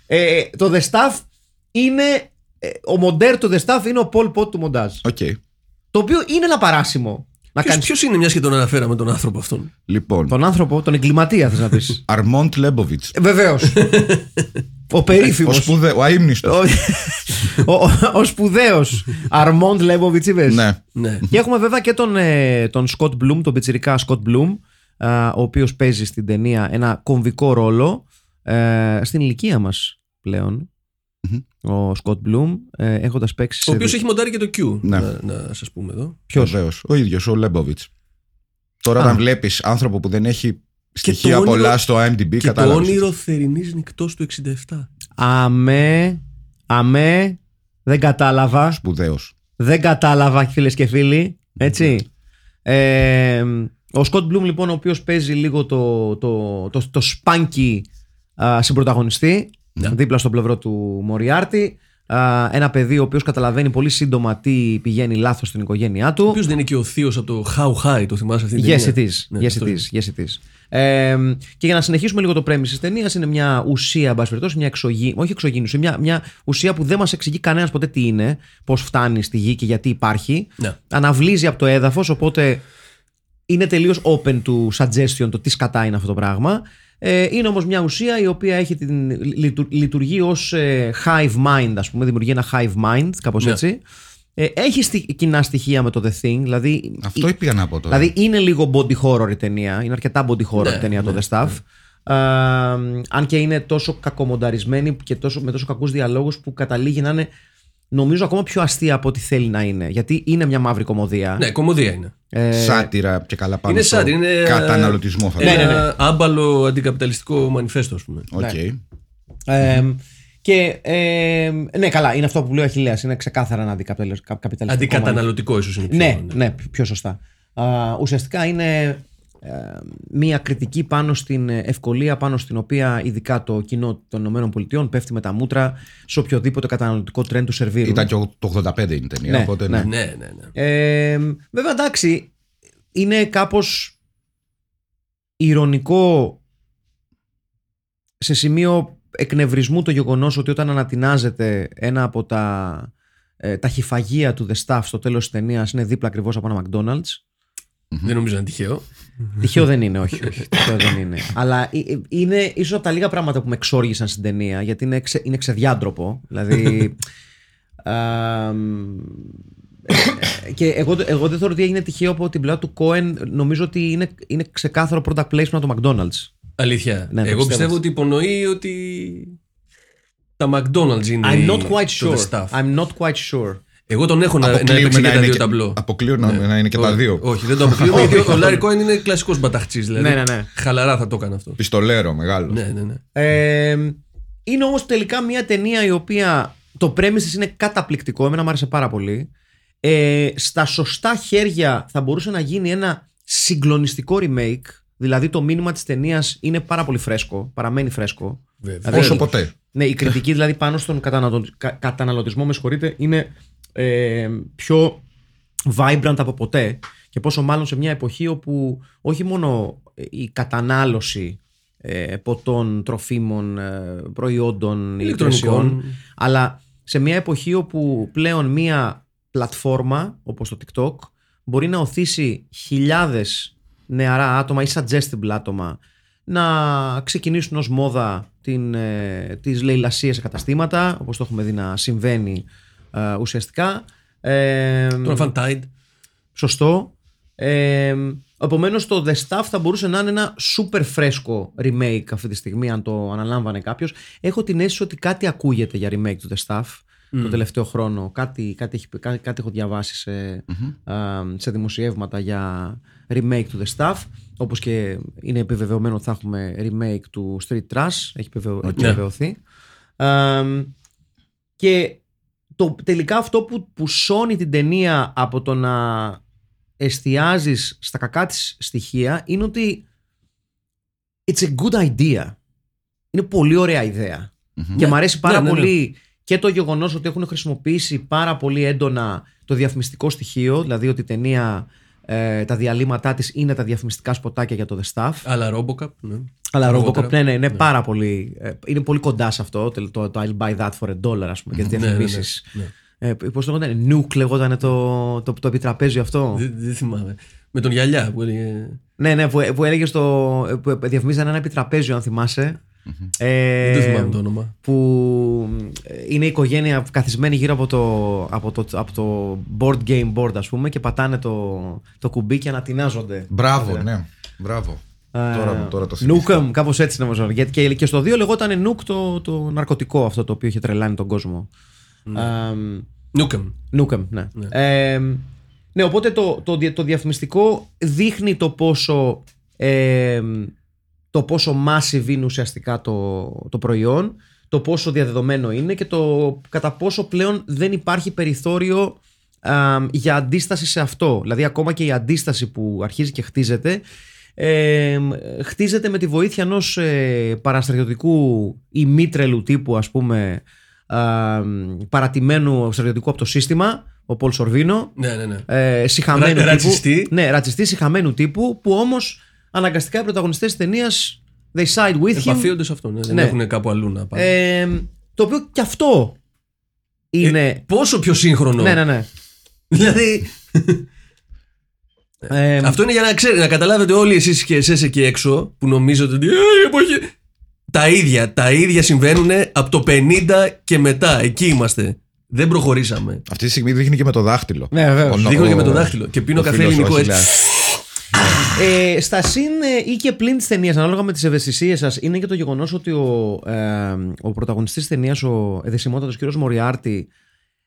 ε, το The Staff είναι. ε, Ο μοντέρ του The Staff είναι ο Paul Pot του μοντάζ.
Οκ.
Το οποίο είναι ένα παράσημο να κάνεις.
Ποιος είναι, μια και τον αναφέραμε τον άνθρωπο αυτόν.
Λοιπόν,
Τον άνθρωπο, τον εγκληματία, θες να πεις.
Αρμόντ Λέμποβιτ.
Βεβαίως. ο περίφημος.
Ο σπουδε... ο αείμνηστος.
ο ο, ο σπουδαίος Αρμόντ Λέμποβιτ,
Ναι.
Ναι.
Και έχουμε βέβαια και τον, ε, τον Scott Bloom, τον πιτσιρικά Scott Bloom, α, ο οποίος παίζει στην ταινία ένα κομβικό ρόλο ε, στην ηλικία μας πλεον Ο Scott Bloom ε, έχοντας παίξει.
Ο
σε
οποίος
δι-
έχει μοντάρει και το Q.
Ναι.
Να, να σας πούμε εδώ.
Ποιος. Ο ίδιος, ο Λέμποβιτ. Τώρα, όταν βλέπεις άνθρωπο που δεν έχει στοιχεία
όνειρο-
πολλά στο IMDb,
Και το
κατάλαβες.
όνειρο θερινής νυχτός του 67.
Αμέ, αμέ, δεν κατάλαβα.
Σπουδαίος.
Δεν κατάλαβα φίλες και φίλοι. Έτσι. Ε, ο Σκοτ Μπλουμ λοιπόν ο οποίος παίζει λίγο το, το, το, το σπάνκι α, συμπροταγωνιστή δίπλα στο πλευρό του Μοριάρτη. Α, ένα παιδί ο οποίος καταλαβαίνει πολύ σύντομα τι πηγαίνει λάθος στην οικογένειά του.
Ποιο δεν είναι και ο θείος από το How High, το θυμάσαι αυτή την
Yes it
ταινία?
is.
Ναι,
yes,
αυτό
it is. Yes, it is. Ε, και για να συνεχίσουμε λίγο το premise της ταινίας, είναι μια ουσία, εν πάση περιπτώσει, μια εξωγή, όχι εξωγήινουση, μια, μια ουσία που δεν μας εξηγεί κανένας ποτέ τι είναι, πώς φτάνει στη γη και γιατί υπάρχει.
Ναι.
Αναβλύζει από το έδαφος, οπότε είναι τελείως open to suggestion το τι σκατά είναι αυτό το πράγμα. Ε, είναι όμως μια ουσία η οποία έχει την, λειτου- λειτουργεί ως hive mind, ας πούμε, δημιουργεί ένα hive mind, κάπως
Ναι.
έτσι. Ε, έχει στι- κοινά στοιχεία με το The Thing, δηλαδή.
Αυτό
η-
πήγα να πω τώρα.
Δηλαδή είναι λίγο body horror η ταινία. Είναι αρκετά body horror
Ναι,
η ταινία το The Staff. Ε, αν και είναι τόσο κακομονταρισμένη και τόσο, με τόσο κακούς διαλόγους που καταλήγει να είναι νομίζω ακόμα πιο αστεία από ό,τι θέλει να είναι. Γιατί είναι μια μαύρη κομμωδία.
Ναι, κομμωδία είναι.
Ε,
ε,
Σάτυρα και καλά πάνω.
είναι
στο
σάτυρα, είναι, ε, ναι,
Καταναλωτισμό
Ναι,
θα
Ένα
λέγαμε.
άμπαλο αντικαπιταλιστικό μανιφέστο, ας πούμε. ναι.
Οκ.
Ε, και ε, ναι, καλά, είναι αυτό που λέει ο Αχιλέας. Είναι ξεκάθαρα ένα αντικαπιταλιστικό. καπιταλιστικό
Αντικαταναλωτικό, ίσως είναι. πιο,
Ναι, ναι, πιο σωστά. Α, ουσιαστικά είναι ε, μία κριτική πάνω στην ευκολία πάνω στην οποία ειδικά το κοινό των ΗΠΑ πέφτει με τα μούτρα σε οποιοδήποτε καταναλωτικό τρέν του σερβίρου.
Ήταν και ο- το 85 είναι η ταινία.
Ναι,
οπότε
ναι.
ναι.
Ναι, ναι, ναι.
Ε, βέβαια εντάξει, είναι κάπως ηρωνικό σε σημείο εκνευρισμού το γεγονός ότι όταν ανατινάζεται ένα από τα ε, ταχυφαγία του The Staff στο τέλος της ταινίας είναι δίπλα ακριβώς από ένα McDonald's.
Δεν νομίζω να είναι τυχαίο.
Τυχαίο δεν είναι, όχι. όχι τυχαίο δεν είναι. Αλλά ε, ε, είναι ίσως από τα λίγα πράγματα που με εξόργησαν στην ταινία, γιατί είναι, ξε, είναι ξεδιάντροπο. Δηλαδή. α, μ, ε, και εγώ, εγώ δεν θεωρώ ότι έγινε τυχαίο από την πλευρά του Cohen. Νομίζω ότι είναι, είναι ξεκάθαρο product placement το McDonald's.
Αλήθεια.
Ναι, το
Εγώ πιστεύω
πιστεύω.
ότι υπονοεί ότι τα McDonald's είναι
I'm
η-
not quite
το
sure.
The Staff.
I'm not quite sure.
Εγώ τον έχω να, να
Αποκλείουμε
έπαιξε και
να
τα
είναι
δύο
και-
ταμπλό. Ναι.
αποκλείουμε να είναι και τα
Όχι,
δύο.
Όχι, δεν το αποκλείω.
Όχι,
γιατί
όχι,
ο
όχι.
Λάρι Κόεν είναι κλασικός μπαταχτή. Δηλαδή.
Ναι, ναι, ναι.
Χαλαρά θα το έκανε αυτό.
Πιστολέρο μεγάλο.
Ναι, ναι, ναι.
Ε, είναι όμως τελικά μια ταινία η οποία το premise της είναι καταπληκτικό, εμένα μου άρεσε πάρα πολύ. Ε, στα σωστά χέρια θα μπορούσε να γίνει ένα συγκλονιστικό remake, δηλαδή το μήνυμα της ταινίας είναι πάρα πολύ φρέσκο, παραμένει φρέσκο.
Βέβαια.
Δηλαδή,
Όσο ποτέ.
Ναι, η κριτική δηλαδή πάνω στον καταναλω- κα- καταναλωτισμό, με συγχωρείτε, είναι ε, πιο vibrant από ποτέ. Και πόσο μάλλον σε μια εποχή όπου όχι μόνο η κατανάλωση ε, ποτών, τροφίμων, ε, προϊόντων,
Ηλεκτρονικών.
υπηρεσιών, αλλά σε μια εποχή όπου πλέον μια πλατφόρμα όπως το TikTok μπορεί να οθήσει χιλιάδες νεαρά άτομα ή suggestible άτομα να ξεκινήσουν ως μόδα την, ε, τις λαιλασίες σε καταστήματα όπως το έχουμε δει να συμβαίνει ε, ουσιαστικά ε,
Τον Fantide.
Σωστό. Ε, Επομένως, το The Staff θα μπορούσε να είναι ένα super φρέσκο remake αυτή τη στιγμή, αν το αναλάμβανε κάποιος. Έχω την αίσθηση ότι κάτι ακούγεται για remake του The Staff το τελευταίο χρόνο. Κάτι, κάτι, έχει, κά- κάτι έχω διαβάσει σε, α, σε δημοσιεύματα για remake του The Staff. Όπως και είναι επιβεβαιωμένο ότι θα έχουμε remake του Street Trash. Έχει επιβεβαιω- επιβεβαιωθεί. Ε, και το, τελικά αυτό που, που σώνει την ταινία από το να εστιάζεις στα κακά της στοιχεία είναι ότι it's a good idea. Είναι πολύ ωραία ιδέα. Και μου αρέσει πάρα
Ναι, ναι, ναι.
πολύ και το γεγονός ότι έχουν χρησιμοποιήσει πάρα πολύ έντονα το διαφημιστικό στοιχείο, δηλαδή ότι η ταινία ε, τα διαλύματά της είναι τα διαφημιστικά σποτάκια για το The Staff.
Αλλά Robocop. Ναι.
Αλλά
Αργότερα.
Robocop, ναι, ναι, είναι πάρα πολύ. ε, Είναι πολύ κοντά σε αυτό. Το, το, το I'll buy that for a dollar, ας πούμε, και τις
Ναι, ναι, ναι,
διαφημίσεις.
ναι.
Πώς το λεγόταν, Nuke λεγόταν το, το, το επιτραπέζιο αυτό.
Δεν δεν θυμάμαι. Με τον γυαλιά που έλεγε.
ναι, ναι, που, που έλεγε στο. που διαφημίζανε ένα επιτραπέζιο, αν θυμασαι Ε,
Δεν το θυμάμαι το όνομα.
Που ε, είναι η οικογένεια καθισμένη γύρω από το, από το, από το board game board, ας πούμε, και πατάνε το, το κουμπί και ανατινάζονται. Ε,
Μπράβο, ναι. Μπράβο. Τώρα, μου- τώρα το θυμήθηκα.
Νούκαμ, κάπως έτσι νομίζω. Γιατί και, και στο 2 λεγόταν νουκ το, το ναρκωτικό αυτό το οποίο είχε τρελάνει τον κόσμο.
Ναι.
Νούκεμ.
Νούκαμ, ναι. Ε, ναι, οπότε το, το, δια- το διαφημιστικό δείχνει το πόσο, ε, το πόσο massive είναι ουσιαστικά το, το προϊόν, το πόσο διαδεδομένο είναι και το κατά πόσο πλέον δεν υπάρχει περιθώριο α, για αντίσταση σε αυτό. Δηλαδή ακόμα και η αντίσταση που αρχίζει και χτίζεται ε, χτίζεται με τη βοήθεια ενός ε, παραστρατιωτικού ή μήτρελου τύπου ας πούμε α, παρατημένου στρατιωτικού από το σύστημα, ο Πολ Σορβίνο
Ναι, ναι, ναι.
ε, συχαμένου
Ρα-
τύπου.
ρατσιστή.
Ναι, ρατσιστή, συχαμένου τύπου, που όμως αναγκαστικά οι πρωταγωνιστές της ταινίας they side with him.
Επαφίονται σε αυτό. Ναι. Δεν
Ναι.
έχουν κάπου αλλού να πάνε.
Ε, το οποίο και αυτό είναι.
Ε, πόσο πιο σύγχρονο.
ναι, ναι, ναι.
Δηλαδή.
Ε,
Αυτό είναι για να ξέρετε, να καταλάβετε όλοι εσείς και εσείς εκεί έξω που νομίζετε ότι «Ε, η εποχή». Τα ίδια, τα ίδια συμβαίνουν από το 50 και μετά. Εκεί είμαστε. Δεν προχωρήσαμε.
Αυτή τη στιγμή δείχνει και με το δάχτυλο.
Ναι, βέβαια.
Ο-
Δείχνω
ο-
και με το δάχτυλο και πίνω
ο
καφέ
φίλος ναι. ο
ελληνικό
Βασιλιάς.
έτσι.
Ε, στα συν ε, ή και πλην της ταινίας, ανάλογα με τις ευαισθησίες σας, είναι και το γεγονός ότι ο, ε, ο πρωταγωνιστής της ταινίας, ο εδεσιμότατο κ. Μοριάρτη,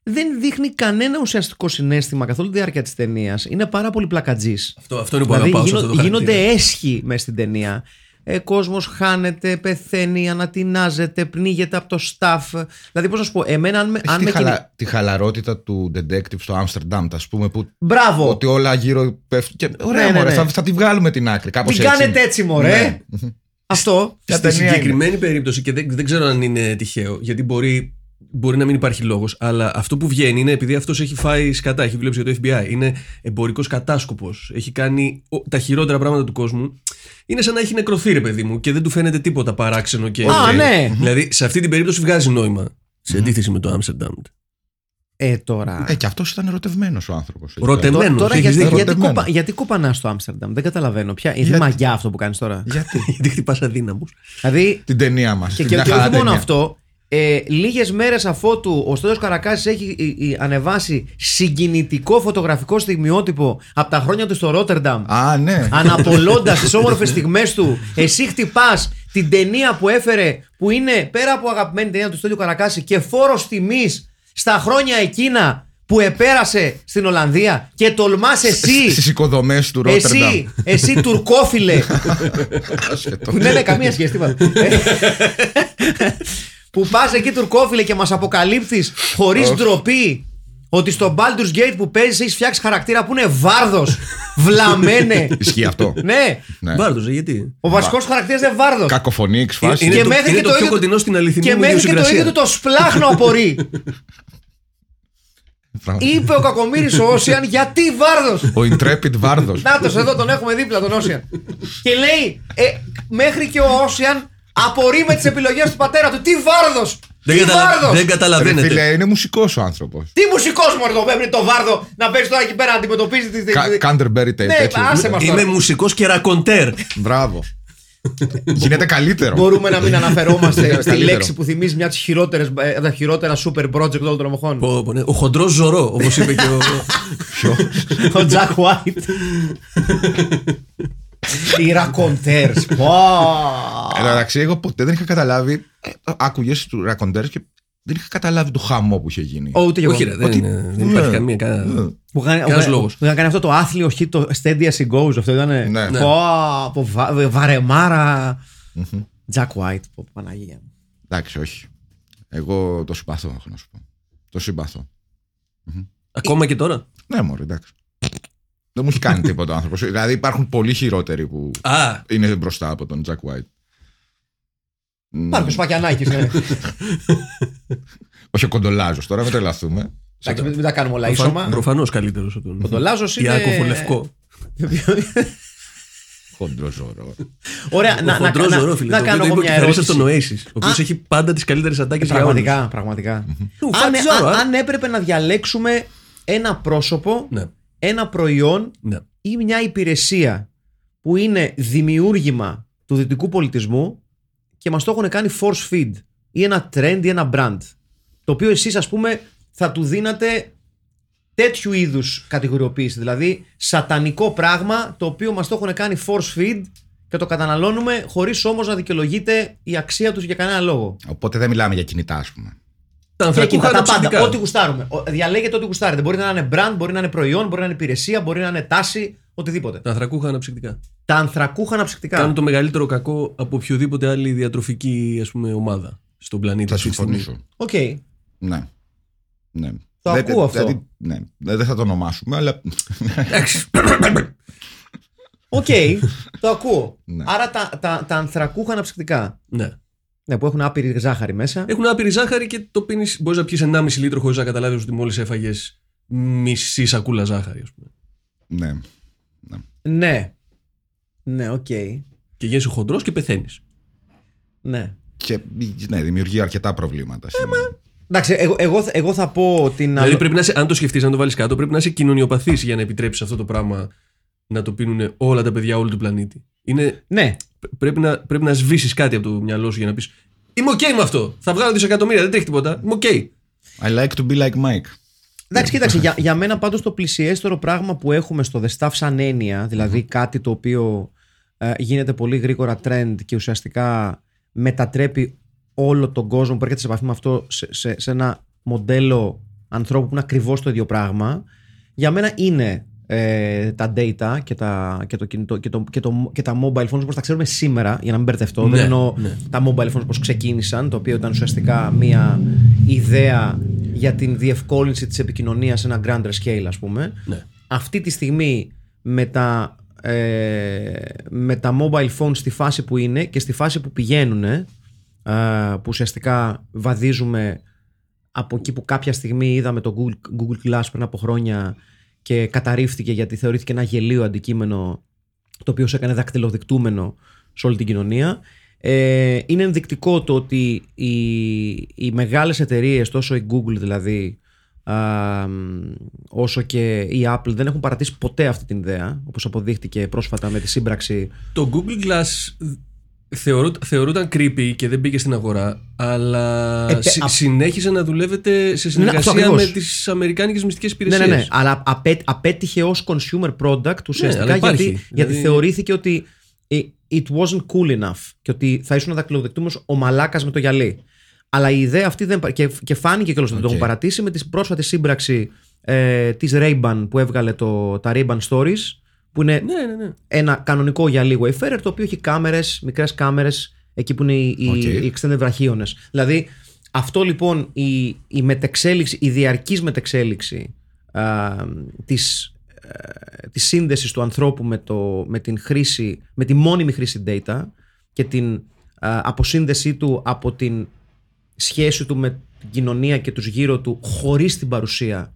δεν δείχνει κανένα ουσιαστικό συνέστημα καθ' όλη τη διάρκεια της ταινίας. Είναι πάρα πολύ πλακατζής.
Αυτό, αυτό είναι που
Δηλαδή
αγαπάω σε
γίνο-
αυτό το χαρακτήρα.
γίνονται έσχοι μέσα στην ταινία. Ε, κόσμος χάνεται, πεθαίνει, ανατινάζεται, πνίγεται από το staff. Δηλαδή, πώς να σου πω, εμένα αν με.
Έχεις
Αν
τη,
με
χαλα-
κινη-
τη χαλαρότητα του detective στο Άμστερνταμ, ας πούμε, που
Μπράβο!
ότι όλα γύρω πέφτουν. Και... Ωραία,
Ναι, ναι,
μωρέ,
ναι.
Θα, θα τη βγάλουμε την άκρη. Κάπως
Την
έτσι.
κάνετε έτσι, μωρέ!
Ναι.
Αυτό.
Ποια
Στη
ταινία είναι?
συγκεκριμένη περίπτωση, και δεν, δεν ξέρω αν είναι τυχαίο, γιατί μπορεί, μπορεί να μην υπάρχει λόγος, αλλά αυτό που βγαίνει είναι επειδή αυτός έχει φάει σκατά, έχει δουλέψει για το FBI, είναι εμπορικός κατάσκοπος, έχει κάνει ο- τα χειρότερα πράγματα του κόσμου. Είναι σαν να έχει νεκρωθεί, ρε παιδί μου, και δεν του φαίνεται τίποτα παράξενο και. Mm-hmm.
Α, ναι.
Mm-hmm.
Δηλαδή, σε αυτή την περίπτωση βγάζει νόημα. Σε αντίθεση με το Άμστερνταμ.
Ε, τώρα.
Ε, και αυτός ήταν ερωτευμένος ο άνθρωπος.
Ρωτεμένο.
Ε, Τώρα, τώρα
έχεις
γιατί,
δίκιο.
γιατί,
Ερωτευμένο.
κοπα- γιατί κοπανάς στο Άμστερνταμ, δεν καταλαβαίνω πια. Είναι
Γιατί?
μαγιά αυτό που κάνεις τώρα.
Γιατί.
Γιατί χτυπάς αδύναμους.
δηλαδή,
την ταινία μας.
και, και, και όχι μόνο αυτό. Ε, Λίγες μέρες αφότου ο Στέλιος Καρακάσης έχει ε, ε, ανεβάσει συγκινητικό φωτογραφικό στιγμιότυπο από τα χρόνια του στο Ρότερνταμ.
Α, ναι.
Αναπολώντας τις όμορφες στιγμές του, εσύ χτυπάς την ταινία που έφερε, που είναι πέρα από αγαπημένη ταινία του Στέλιου Καρακάση και φόρος τιμής στα χρόνια εκείνα που επέρασε στην Ολλανδία και τολμάς
Στι
εσύ.
οικοδομές του Ρότερνταμ.
Εσύ, εσύ τουρκόφιλε.
Ασχετό.
που δεν είναι καμία σχέση, τίποτα. Ε, που πας εκεί τουρκόφιλε και μας αποκαλύπτεις χωρίς ντροπή ότι στο Baldur's Gate που παίζεις έχεις φτιάξει χαρακτήρα που είναι βάρδος, βλαμένε.
Ισχύει αυτό.
ναι,
Ναι.
Βάρδος, ε, γιατί.
ο βασικός χαρακτήρα δεν βάρδο.
Κακοφωνή, εξφάση.
Είναι
Και
το-
μέχρι
είναι
και
το
το
πιο
ίδιο-
κοντινό στην αληθινή
Και
μου
μέχρι και το
ιδιοσυγκρασία.
ίδιο του το σπλάχνο απορεί.
Πράγμα.
Είπε ο Κακομήρη ο Όσιαν γιατί βάρδος.
Ο Intrepid Βάρδος.
Νάτος εδώ τον έχουμε δίπλα τον Όσιαν. και λέει ε, μέχρι και ο Όσιαν απορεί με τις επιλογές του πατέρα του. Τι βάρδος!
Δεν,
Τι
καταλα-
βάρδος!
δεν καταλαβαίνετε.
Φίλε, είναι μουσικός ο άνθρωπος.
Τι μουσικός μου εδώ παίρνει το βάρδο να παίζει τώρα εκεί πέρα να αντιμετωπίζεις τις.
Κάντερμπερι
Ναι,
τέτοιο.
άσε μας
Είμαι
τώρα.
μουσικός και ρακοντέρ.
Μπράβο. Γίνεται καλύτερο.
Μπορούμε να μην αναφερόμαστε στη
Καλύτερο.
λέξη που θυμίζει μια από τις χειρότερες, ε, από τα χειρότερα super project όλων των εποχών.
Πω, πω, ναι. Ο χοντρός ζωρό, όπως είπε και ο.
Ο Τζακ White. Οι ρακοντέρς. Πω.
Εν τω μεταξύ, Ε, εγώ ποτέ δεν είχα καταλάβει. Άκουγες του ρακοντέρ και δεν είχα καταλάβει το χαμό που είχε γίνει.
Ω, Ούτε και
Όχι,
εγώ.
ρε, δεν, είναι-
Ναι.
δεν υπάρχει καμία. κανένα-
Που είχαν-
Κανένας
που-
λόγος.
Που είχαν κάνει αυτό το άθλιο hit, το Steady as it goes. Αυτό ήταν.
Ναι. Ναι.
Πω, βα, βαρεμάρα. Jack White, πω, Παναγία. μου.
Εντάξει, όχι. Εγώ το συμπαθώ, έχω να σου πω. Το συμπαθώ.
Ακόμα και τώρα.
Ναι, μωρέ, εντάξει. Δεν μου έχει κάνει τίποτα ο άνθρωπος. Δηλαδή υπάρχουν πολύ χειρότεροι που
Α,
είναι μπροστά από τον Τζακ White. Ναι. Μ,
Μάρκος Πακιανάκης. ε.
Όχι ο Κοντολάζος, τώρα μην τρελαθούμε.
Εντάξει, μην μην τα κάνουμε όλα ίσωμα.
προφανώς καλύτερος από τον.
Ο Λάζος είναι...
Ιάκωφο Λευκό.
Κοντροζόρο.
Ωραία, να, να,
Χοντρό
να-
ζωρό, φίλε.
να κάνω εγώ μια ερώτηση. Ε,
στον Oasis, ο οποίος έχει πάντα τις καλύτερες αντάκε για όλους.
Πραγματικά, πραγματικά.
Του ε.
αν,
φάτζαρο,
αν-
α.
αν έπρεπε να διαλέξουμε ένα πρόσωπο,
Ναι,
ένα προϊόν
ναι.
ή μια υπηρεσία που είναι δημιούργημα του δυτικού πολιτισμού και μας το έχουν κάνει force feed ή ένα trend ή ένα brand το οποίο εσείς ας πούμε θα του δίνατε τέτοιου είδους κατηγοριοποίηση δηλαδή σατανικό πράγμα το οποίο μας το έχουν κάνει force feed και το καταναλώνουμε χωρίς όμως να δικαιολογείται η αξία τους για κανένα λόγο
Οπότε δεν μιλάμε για κινητά, ας πούμε.
Τα
και εκεί
ανθρακούχα
τα τα
αναψυκτικά.
πάντα. Ό,τι γουστάρουμε. Ο- Διαλέγετε ό,τι γουστάρετε. Μπορεί να είναι brand, μπορεί να είναι προϊόν, μπορεί να είναι υπηρεσία, μπορεί να είναι τάση, οτιδήποτε.
Τα ανθρακούχα αναψυκτικά.
Τα ανθρακούχα αναψυκτικά.
Κάνουν το μεγαλύτερο κακό από οποιοδήποτε άλλη διατροφική ας πούμε, ομάδα στον πλανήτη.
Θα
αυτή τη στιγμή.
συμφωνήσω.
Οκ.
Ναι. Ναι.
Το
Δεν-
ακούω αυτό.
δηλαδή, ναι. Δεν θα το ονομάσουμε, αλλά.
Εντάξει.
Οκ. το ακούω.
Ναι.
Άρα τα, τα, τα ανθρακούχα αναψυκτικά.
ναι.
Ναι, που έχουν άπειρη ζάχαρη μέσα.
Έχουν άπειρη ζάχαρη και το πίνεις. Μπορείς να πιεις 1,5 λίτρο χωρίς να καταλάβεις ότι μόλις έφαγες μισή σακούλα ζάχαρη, ας πούμε.
ναι.
Ναι. Ναι, οκ.
Και γίνεσαι χοντρός και πεθαίνεις.
Ναι.
Και ναι, δημιουργεί αρκετά προβλήματα. στην-
Εντάξει, εγώ, εγώ, θα- εγώ θα πω την.
Δηλαδή
αλο-
πρέπει να είσαι, αν το σκεφτείς, αν το βάλεις κάτω, πρέπει να είσαι κοινωνιοπαθής για να επιτρέψεις αυτό το πράγμα να το πίνουν όλα τα παιδιά όλου του πλανήτη. Είναι,
Ναι.
πρέπει να, πρέπει να σβήσεις κάτι από το μυαλό σου για να πεις Είμαι οκ με αυτό. Θα βγάλω δισεκατομμύρια, δεν τρέχει τίποτα. Είμαι οκ.
I like to be like Mike.
Εντάξει, κοίταξε. για, για μένα πάντως το πλησιέστερο πράγμα που έχουμε στο The Staff σαν έννοια, δηλαδή κάτι το οποίο ε, γίνεται πολύ γρήγορα trend και ουσιαστικά μετατρέπει όλο τον κόσμο που έρχεται σε επαφή με αυτό σε, σε, σε ένα μοντέλο ανθρώπου που είναι ακριβώς το ίδιο πράγμα. Για μένα είναι ε, τα data και τα, και, το κινητό, και, το, και, το, και τα mobile phones όπως τα ξέρουμε σήμερα, για να μην μπερδευτώ.
Ναι,
δεν εννοώ
ναι.
τα mobile phones πώς ξεκίνησαν, το οποίο ήταν ουσιαστικά μία ιδέα για την διευκόλυνση της επικοινωνίας σε ένα grander scale, ας πούμε.
Ναι.
Αυτή τη στιγμή με τα, ε, με τα mobile phones στη φάση που είναι και στη φάση που πηγαίνουν, ε, που ουσιαστικά βαδίζουμε από εκεί που κάποια στιγμή είδαμε το Google, Google Glass πριν από χρόνια και καταρρίφθηκε γιατί θεωρήθηκε ένα γελίο αντικείμενο το οποίο σε έκανε δακτυλοδεικτούμενο σε όλη την κοινωνία. Ε, είναι ενδεικτικό το ότι οι, οι μεγάλες εταιρείες, τόσο η Google δηλαδή, α, μ, όσο και η Apple δεν έχουν παρατήσει ποτέ αυτή την ιδέα, όπως αποδείχτηκε πρόσφατα με τη σύμπραξη.
Το Google Glass θεωρού, θεωρούταν creepy και δεν μπήκε στην αγορά, αλλά
Ε, πε-
συ-
α- Ναι,
συνέχισε να δουλεύεται σε συνεργασία με
ακριβώς.
τις Αμερικάνικες μυστικές
Ναι,
υπηρεσίες. Ναι,
ναι, ναι, αλλά απέ- απέτυχε ως consumer product ουσιαστικά
αλλά
γιατί,
υπάρχει.
γιατί
Δηλαδή-
θεωρήθηκε ότι ε, it wasn't cool enough και ότι θα ήσουν δακτυλοδεικτούμενος ο μαλάκας με το γυαλί. Αλλά η ιδέα αυτή δεν, πα- και, και φάνηκε κιόλας ότι δεν το έχουν παρατήσει με την πρόσφατη σύμπραξη ε, της Ray-Ban που έβγαλε το, τα Ray-Ban Stories που είναι
Ναι, ναι, ναι.
ένα κανονικό γυαλί Wayfarer το οποίο έχει κάμερες, μικρές κάμερες εκεί που είναι οι, οι-
Οκ.
οι extended βραχίονε. Δηλαδή αυτό λοιπόν η, η μετεξέλιξη, η διαρκής μετεξέλιξη α, της, ε, της σύνδεσης του ανθρώπου με, το, με την χρήση, με τη μόνιμη χρήση data και την α, αποσύνδεσή του από την σχέση του με την κοινωνία και τους γύρω του χωρίς την παρουσία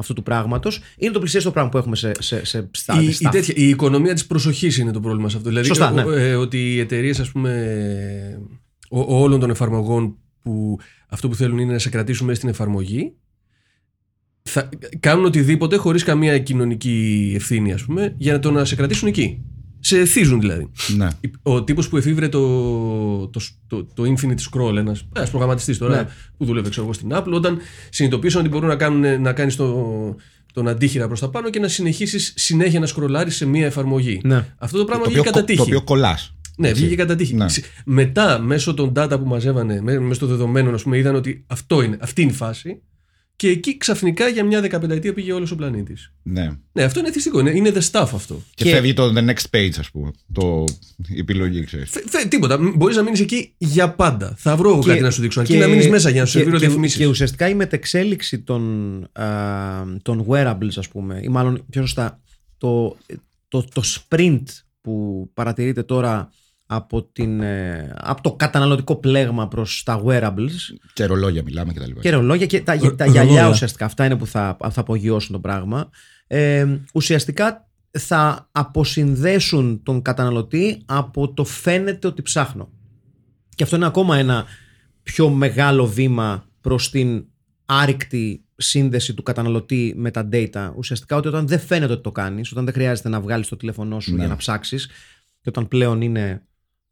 αυτού του πράγματος είναι το πλησιέστο πράγμα που έχουμε σε, σε, σε στα-
Η, η,
στα-
τέτοια- η οικονομία της προσοχής είναι το πρόβλημα σε αυτό. Δηλαδή
Σωστά,
ο-
ναι.
ε, ότι οι εταιρείες, ας πούμε, ο- ο- όλων των εφαρμογών που αυτό που θέλουν είναι να σε κρατήσουν μέσα στην εφαρμογή, θα κάνουν οτιδήποτε χωρίς καμία κοινωνική ευθύνη, ας πούμε, για να το να σε κρατήσουν εκεί. Σε εθίζουν δηλαδή.
Ναι.
Ο τύπος που εφήβρε το, το, το, το Infinite Scroll, ένας, ένας προγραμματιστής τώρα
Ναι.
που δούλευε ξέρω εγώ στην Apple, όταν συνειδητοποίησαν ότι μπορούν να, κάνουν, να κάνεις το, τον αντίχειρα προς τα πάνω και να συνεχίσεις συνέχεια να σκρολάρεις σε μία εφαρμογή.
Ναι.
Αυτό το πράγμα
Το
βγήκε
οποίο,
κατά τύχη.
το οποίο κολλάς.
Ναι, βγήκε κατά τύχη.
Ναι.
Συ- Μετά, μέσω των data που μαζεύανε, μέ- μέσω των δεδομένων, ας πούμε, είδαν ότι αυτό είναι, αυτή είναι η φάση. Και εκεί ξαφνικά για μια δεκαπενταετία πήγε όλος ο πλανήτης.
Ναι.
Ναι, αυτό είναι εθιστικό. Είναι, είναι the stuff αυτό.
Και,
Και-
φεύγει το the next page, ας πούμε. Το... Η επιλογή, ξέρεις.
Φε- φε- τίποτα. Μπορείς να μείνεις εκεί για πάντα. Θα βρω εγώ
Και-
κάτι να σου δείξω. Αρκεί
και-
να μείνεις μέσα για να σου
και-
σερβίρω
και-
διαφημίσει.
Και ουσιαστικά η μετεξέλιξη των, α, των wearables, ας πούμε, ή μάλλον πιο σωστά, το, το, το sprint που παρατηρείται τώρα από, την, ε, από το καταναλωτικό πλέγμα προς τα wearables
Και ρολόγια μιλάμε κτλ.
και ρολόγια και τα, τα
ρολόγια.
γυαλιά ουσιαστικά. Αυτά είναι που θα, θα απογειώσουν το πράγμα. Ε, ουσιαστικά θα αποσυνδέσουν τον καταναλωτή από το φαίνεται ότι ψάχνω. Και αυτό είναι ακόμα ένα πιο μεγάλο βήμα προς την άρρηκτη σύνδεση του καταναλωτή με τα data. Ουσιαστικά ότι όταν δεν φαίνεται ότι το κάνεις, όταν δεν χρειάζεται να βγάλεις το τηλέφωνό σου
Ναι.
για να ψάξεις και όταν πλέον είναι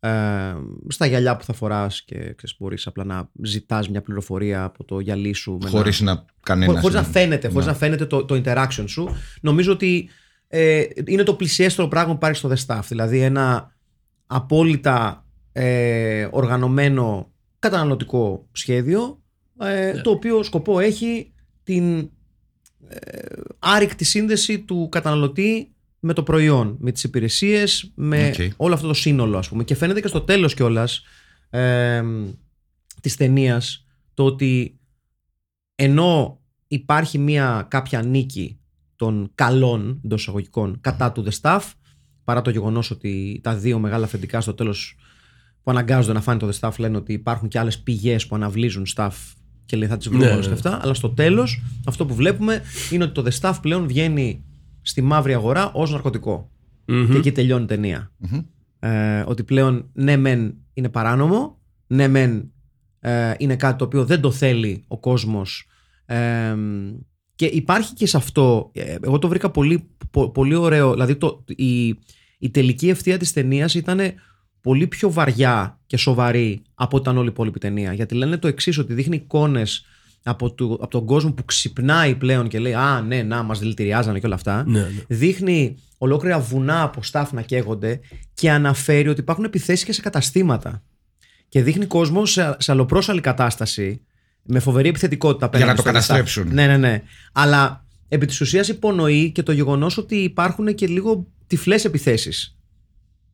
ε, στα γυαλιά που θα φοράς και ξέρεις, μπορείς απλά να ζητάς μια πληροφορία από το γυαλί σου με
Χωρίς να
ένα, χω-
κανένα.
χωρίς να φαίνεται, χωρίς
Ναι.
να φαίνεται το, το interaction σου νομίζω ότι ε, είναι το πλησιέστερο πράγμα που πάρει στο The Staff δηλαδή ένα απόλυτα ε, οργανωμένο καταναλωτικό σχέδιο ε,
Ναι.
το οποίο σκοπό έχει την ε, άρρηκτη σύνδεση του καταναλωτή με το προϊόν, με τις υπηρεσίες, με
Οκ.
όλο αυτό το σύνολο ας πούμε. Και φαίνεται και στο τέλος κιόλας ε, της ταινίας το ότι ενώ υπάρχει μια κάποια νίκη των καλών εντός εισαγωγικών κατά του The Staff, παρά το γεγονός ότι τα δύο μεγάλα αφεντικά στο τέλος που αναγκάζονται να φάνε το The Staff λένε ότι υπάρχουν και άλλες πηγές που αναβλύζουν staff και λέει θα τις βρούμε
Ναι,
όλες
ναι.
και αυτά. Αλλά στο τέλος αυτό που βλέπουμε είναι ότι το The Staff πλέον βγαίνει στη μαύρη αγορά ως ναρκωτικό.
Μμμ.
Και εκεί τελειώνει η ταινία. Ε, ότι πλέον ναι μεν είναι παράνομο, ναι μεν ε, είναι κάτι το οποίο δεν το θέλει ο κόσμος ε, και υπάρχει και σε αυτό, ε, εγώ το βρήκα πολύ, πο- πολύ ωραίο, δηλαδή το, η, η τελική ευθεία της ταινίας ήταν πολύ πιο βαριά και σοβαρή από όταν όλη η υπόλοιπη ταινία γιατί λένε το εξής ότι δείχνει εικόνες από, του, από τον κόσμο που ξυπνάει πλέον και λέει «Α, ναι, να, μας δηλητηριάζανε» και όλα αυτά
Ναι, ναι.
δείχνει ολόκληρα βουνά από στάφ να καίγονται και αναφέρει ότι υπάρχουν επιθέσεις και σε καταστήματα. Και δείχνει κόσμο σε, σε αλλοπρόσαλη κατάσταση, με φοβερή επιθετικότητα απέναντι
να το
στα λεφτά.
καταστρέψουν.
Ναι, ναι, ναι. Αλλά επί της ουσίας υπονοεί και το γεγονός ότι υπάρχουν και λίγο τυφλές επιθέσεις.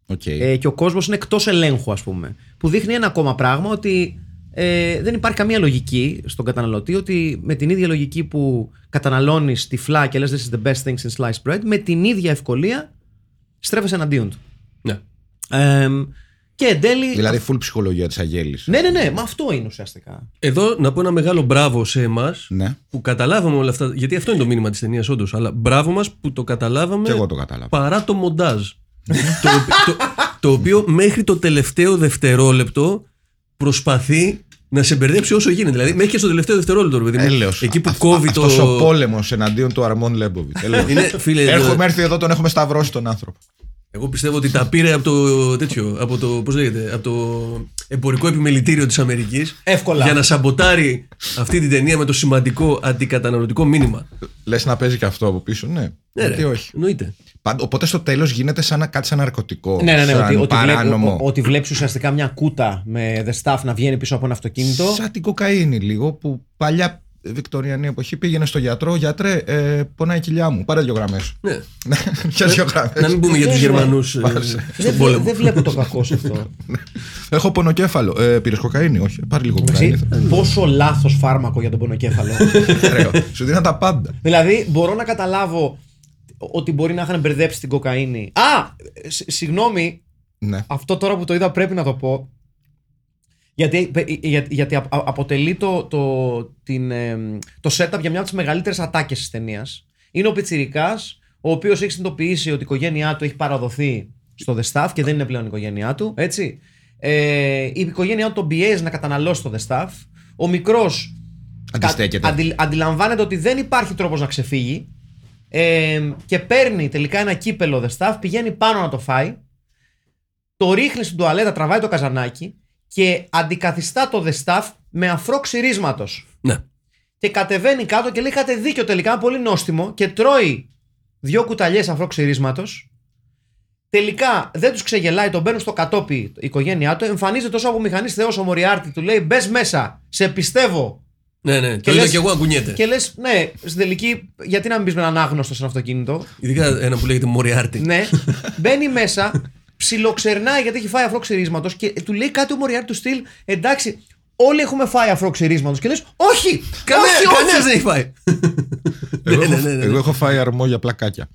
Οκ.
Ε, και ο κόσμος είναι εκτός ελέγχου, ας πούμε. Που δείχνει ένα ακόμα πράγμα ότι ε, δεν υπάρχει καμία λογική στον καταναλωτή ότι με την ίδια λογική που καταναλώνεις τυφλά και λες This is the best thing since sliced bread, με την ίδια ευκολία στρέφεσαι εναντίον του.
Ναι.
Ε, και εν τέλει.
Δηλαδή, full ψυχολογία της Αγέλης.
Ναι, ναι, ναι, μα αυτό είναι ουσιαστικά.
Εδώ να πω ένα μεγάλο μπράβο σε εμάς
Ναι.
που καταλάβαμε όλα αυτά. Γιατί αυτό είναι το μήνυμα της ταινίας, όντως. Αλλά μπράβο μας που το καταλάβαμε
Και εγώ το κατάλαβα.
παρά το μοντάζ. το, οπ- το, το οποίο μέχρι το τελευταίο δευτερόλεπτο προσπαθεί να σε μπερδέψει όσο γίνεται. Δηλαδή, μέχρι και στο τελευταίο δευτερόλεπτο, ρε παιδί μου.
Ε, Έλεος.
Εκεί που
Αυτ-
κόβει
αυτός
το.
ο πόλεμος εναντίον του Αρμόν Λέμποβιτ. Έλεος.
Είναι, φίλε, το-
Έχουμε έρθει εδώ, τον έχουμε σταυρώσει τον άνθρωπο.
Εγώ πιστεύω ότι τα πήρε από το τέτοιο, από το, πώς λέγεται, από το εμπορικό επιμελητήριο της Αμερικής
Εύκολα.
για να σαμποτάρει αυτή την ταινία με το σημαντικό αντικαταναλωτικό μήνυμα.
Λες να παίζει και αυτό από πίσω, ναι.
Ναι,
Γιατί
ρε,
όχι.
Εννοείται.
Πάντ- Οπότε στο τέλος γίνεται σαν να- κάτι σαν ναρκωτικό.
Ναι, ναι, ναι.
σαν
Ότι, ότι, βλέπει,
παράνομο.
ότι βλέπεις ουσιαστικά μια κούτα με the staff να βγαίνει πίσω από ένα αυτοκίνητο.
Σαν την κοκαίνη λίγο που παλιά ε, Βικτωριανή εποχή πήγαινε στο γιατρό. Γιατρέ, ε, πονάει η κοιλιά μου. Πάρε δύο γραμμές.
Ναι.
Για δύο
Να μην
γραμμέ.
πούμε για τους Γερμανούς ε,
Δεν
στον
βλέ-
πόλεμο.
δεν βλέπω το κακό σε αυτό.
Έχω πονοκέφαλο. Ε, Πήρες κοκαίνη, όχι. Πάρε λίγο κοκαίνη.
Εντάξει, πόσο λάθος φάρμακο για τον πονοκέφαλο.
Ωραίο. Σου δίναν τα πάντα.
δηλαδή, μπορώ να καταλάβω ότι μπορεί να είχαν μπερδέψει την κοκαίνη. Α! σ- Συγγνώμη,
Ναι.
αυτό τώρα που το είδα πρέπει να το πω. Γιατί, ε, για- γιατί α- α- αποτελεί το, το, την, εμ, το setup για μια από τις μεγαλύτερες ατάκες της ταινίας. Είναι ο Πιτσυρικά, ο οποίος έχει συνειδητοποιήσει ότι η οικογένειά του έχει παραδοθεί στο The Staff και δεν είναι πλέον η οικογένειά του. Έτσι. Ε, η οικογένειά του τον πιέζει να καταναλώσει το The Staff. Ο μικρός
Αντιστέκεται.
αντιλαμβάνεται ότι δεν υπάρχει τρόπος να ξεφύγει. Ε, και παίρνει τελικά ένα κύπελο The Staff, πηγαίνει πάνω να το φάει το ρίχνει στην τουαλέτα, τραβάει το καζανάκι και αντικαθιστά το The Staff με αφρό ξυρίσματος.
Ναι.
Και κατεβαίνει κάτω και λέει: Είχατε δίκιο τελικά, είναι πολύ νόστιμο. Και τρώει δύο κουταλιές αφρό ξυρίσματος. Τελικά δεν τους ξεγελάει, τον παίρνουν στο κατόπι η οικογένειά του. Εμφανίζεται τόσο από μηχανή Θεός ο Μοριάρτη, του λέει: Μπες μέσα, σε πιστεύω.
Ναι, ναι. Το είδα
λες-
και εγώ αγκουνιέται.
Και λες, ναι, στην τελική, γιατί να μην μπει με έναν άγνωστο σε ένα αυτοκίνητο.
Ειδικά ένα που λέγεται Μοριάρτη.
Ναι, μπαίνει μέσα, ψιλοξερνάει γιατί έχει φάει αφρό ξυρίσματος και του λέει κάτι ο Μοριάρτη του στυλ. Εντάξει, όλοι έχουμε φάει αφρό ξυρίσματος. Και λες, Όχι!
Κανέ-
όχι,
κανένας
όχι!
δεν έχει πάει.
Εγώ,
Ναι, ναι,
έχω-
ναι, ναι.
εγώ έχω φάει αρμό για πλακάκια.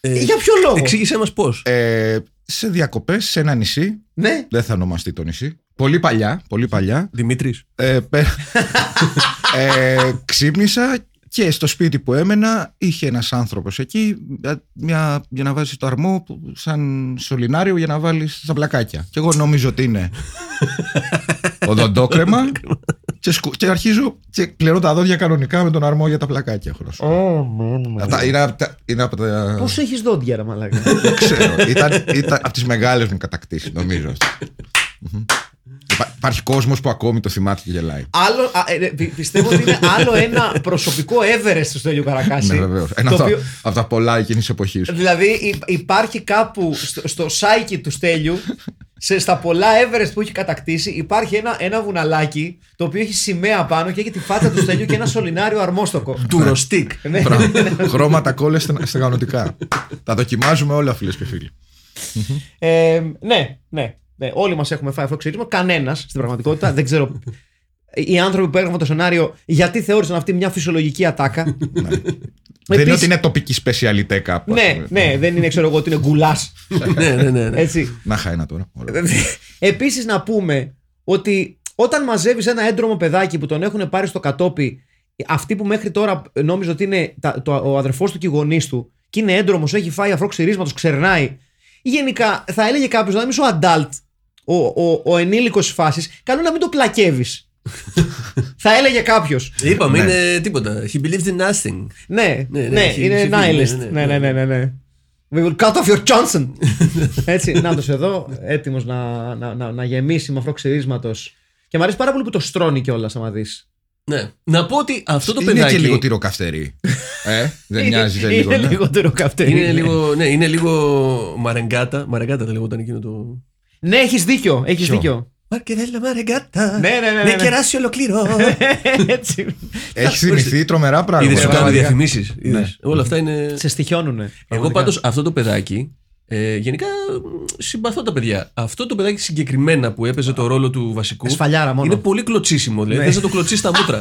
Ε, Για ποιο λόγο.
Εξήγησέ μας πώς.
Ε, σε διακοπές σε ένα νησί.
Ναι,
Δεν θα ονομαστεί το νησί. Πολύ παλιά. Πολύ παλιά.
Δημήτρης.
Ε, πε- ε, ξύπνησα και στο σπίτι που έμενα είχε ένας άνθρωπος εκεί μια- μια, για να βάζεις το αρμό που- σαν σωληνάριο για να βάλεις στα πλακάκια. Και εγώ νομίζω ότι είναι οδοντόκρεμα και, σκου- και αρχίζω και κλερώ τα δόντια κανονικά με τον αρμό για τα πλακάκια. έχω να σου πω. Αυτά είναι, απ' τα- είναι από τα...
πώς έχεις δόντια, ρε μαλάκα.
Δεν ξέρω. Ήταν, ήταν από τις μεγάλες μου κατακτήσεις, νομίζω. Μμμ. Υπά- υπάρχει κόσμος που ακόμη το θυμάται και γελάει.
Άλλο, α, ε, ρε, πι- πιστεύω ότι είναι άλλο ένα προσωπικό Everest του Στέλιου Καρακάση.
Ναι, βεβαίως. Ένα
το
από τα-
οποίο-
από τα πολλά εκείνης της εποχής.
Δηλαδή υ- υπάρχει κάπου στο, στο σάικι του Στέλιου, σε, στα πολλά Everest που έχει κατακτήσει, υπάρχει ένα, ένα βουναλάκι το οποίο έχει σημαία πάνω και έχει τη φάτσα του Στέλιου και ένα σωληνάριο αρμόστοκο.
Του Ροστίκ.
Ναι.
Χρώματα κόλλες στεγανοτικά. Τα δοκιμάζουμε όλα, φίλες και φίλοι.
Ε, ναι, ναι, ναι. Όλοι μας έχουμε φάει αφροξύρισμα. Κανένας στην πραγματικότητα. δεν ξέρω. Οι άνθρωποι που έγραφαν το σενάριο, γιατί θεώρησαν αυτή μια φυσιολογική ατάκα.
Ναι. Δεν είναι
Επίσης-
ότι είναι τοπική σπεσιαλιτέ κάπου. ας
ναι,
πούμε.
ναι, δεν είναι, ξέρω εγώ, ότι είναι γκουλάς.
Ναι, ναι, ναι, ναι.
Έτσι.
Να χάει ένα τώρα. Ωραία.
Επίσης να πούμε ότι όταν μαζεύεις ένα έντρομο παιδάκι που τον έχουν πάρει στο κατόπι, αυτοί που μέχρι τώρα νόμιζε ότι είναι τα- το, ο αδερφός του και οι γονείς του, και είναι έντρομος, έχει φάει αφρό ξυρίσματο, ξερνάει. Γενικά θα έλεγε κάποιος να είσαι ο adult, ο, ο, ο ενήλικος φάσης, καλό να μην το πλακεύεις. θα έλεγε κάποιος.
Είπαμε,
Ναι.
είναι τίποτα. He believes in nothing.
Ναι,
Ναι,
ναι,
ναι, έχει
είναι
ψηφίσει, ναι,
nihilist. Ναι,
ναι, ναι.
ναι, ναι, ναι. ναι. We will cut off your Johnson. Έτσι, να το εδώ, έτοιμος να, να, να, να γεμίσει με αφρό ξυρίσματο. Και μου αρέσει πάρα πολύ που το στρώνει κιόλας, άμα δεις.
Ναι. Να πω ότι αυτό το
Είναι
παιδάκι.
και λίγο τυροκαυτερή. ε, δεν μοιάζει δεν λίγο.
Είναι
ναι.
λίγο τυροκαυτερή.
Είναι λίγο, ναι, είναι λίγο μαρεγκάτα. Μαρεγκάτα θα λεγόταν εκείνο το.
Ναι, έχεις δίκιο. Έχεις
Ποιο?
δίκιο.
Μαρκεδέλα μαρεγκάτα.
Ναι, ναι, ναι, ναι, ναι.
κεράσει ολοκληρώ.
Έτσι.
Έχει θυμηθεί τρομερά
Είδε σου κάνω
πράγματα.
διαφημίσει. Όλα αυτά είναι.
Ναι. Σε στοιχιώνουνε.
Εγώ
πραγματικά.
πάντως αυτό το παιδάκι. Ε, γενικά μ, συμπαθώ τα παιδιά. Αυτό το παιδάκι συγκεκριμένα που έπαιζε το ρόλο του βασικού.
Ε, Σφαλιάρα μόνο. Ναι.
Είναι πολύ κλωτσίσιμο. Δηλαδή θε να το κλωτσίσει τα μούτρα.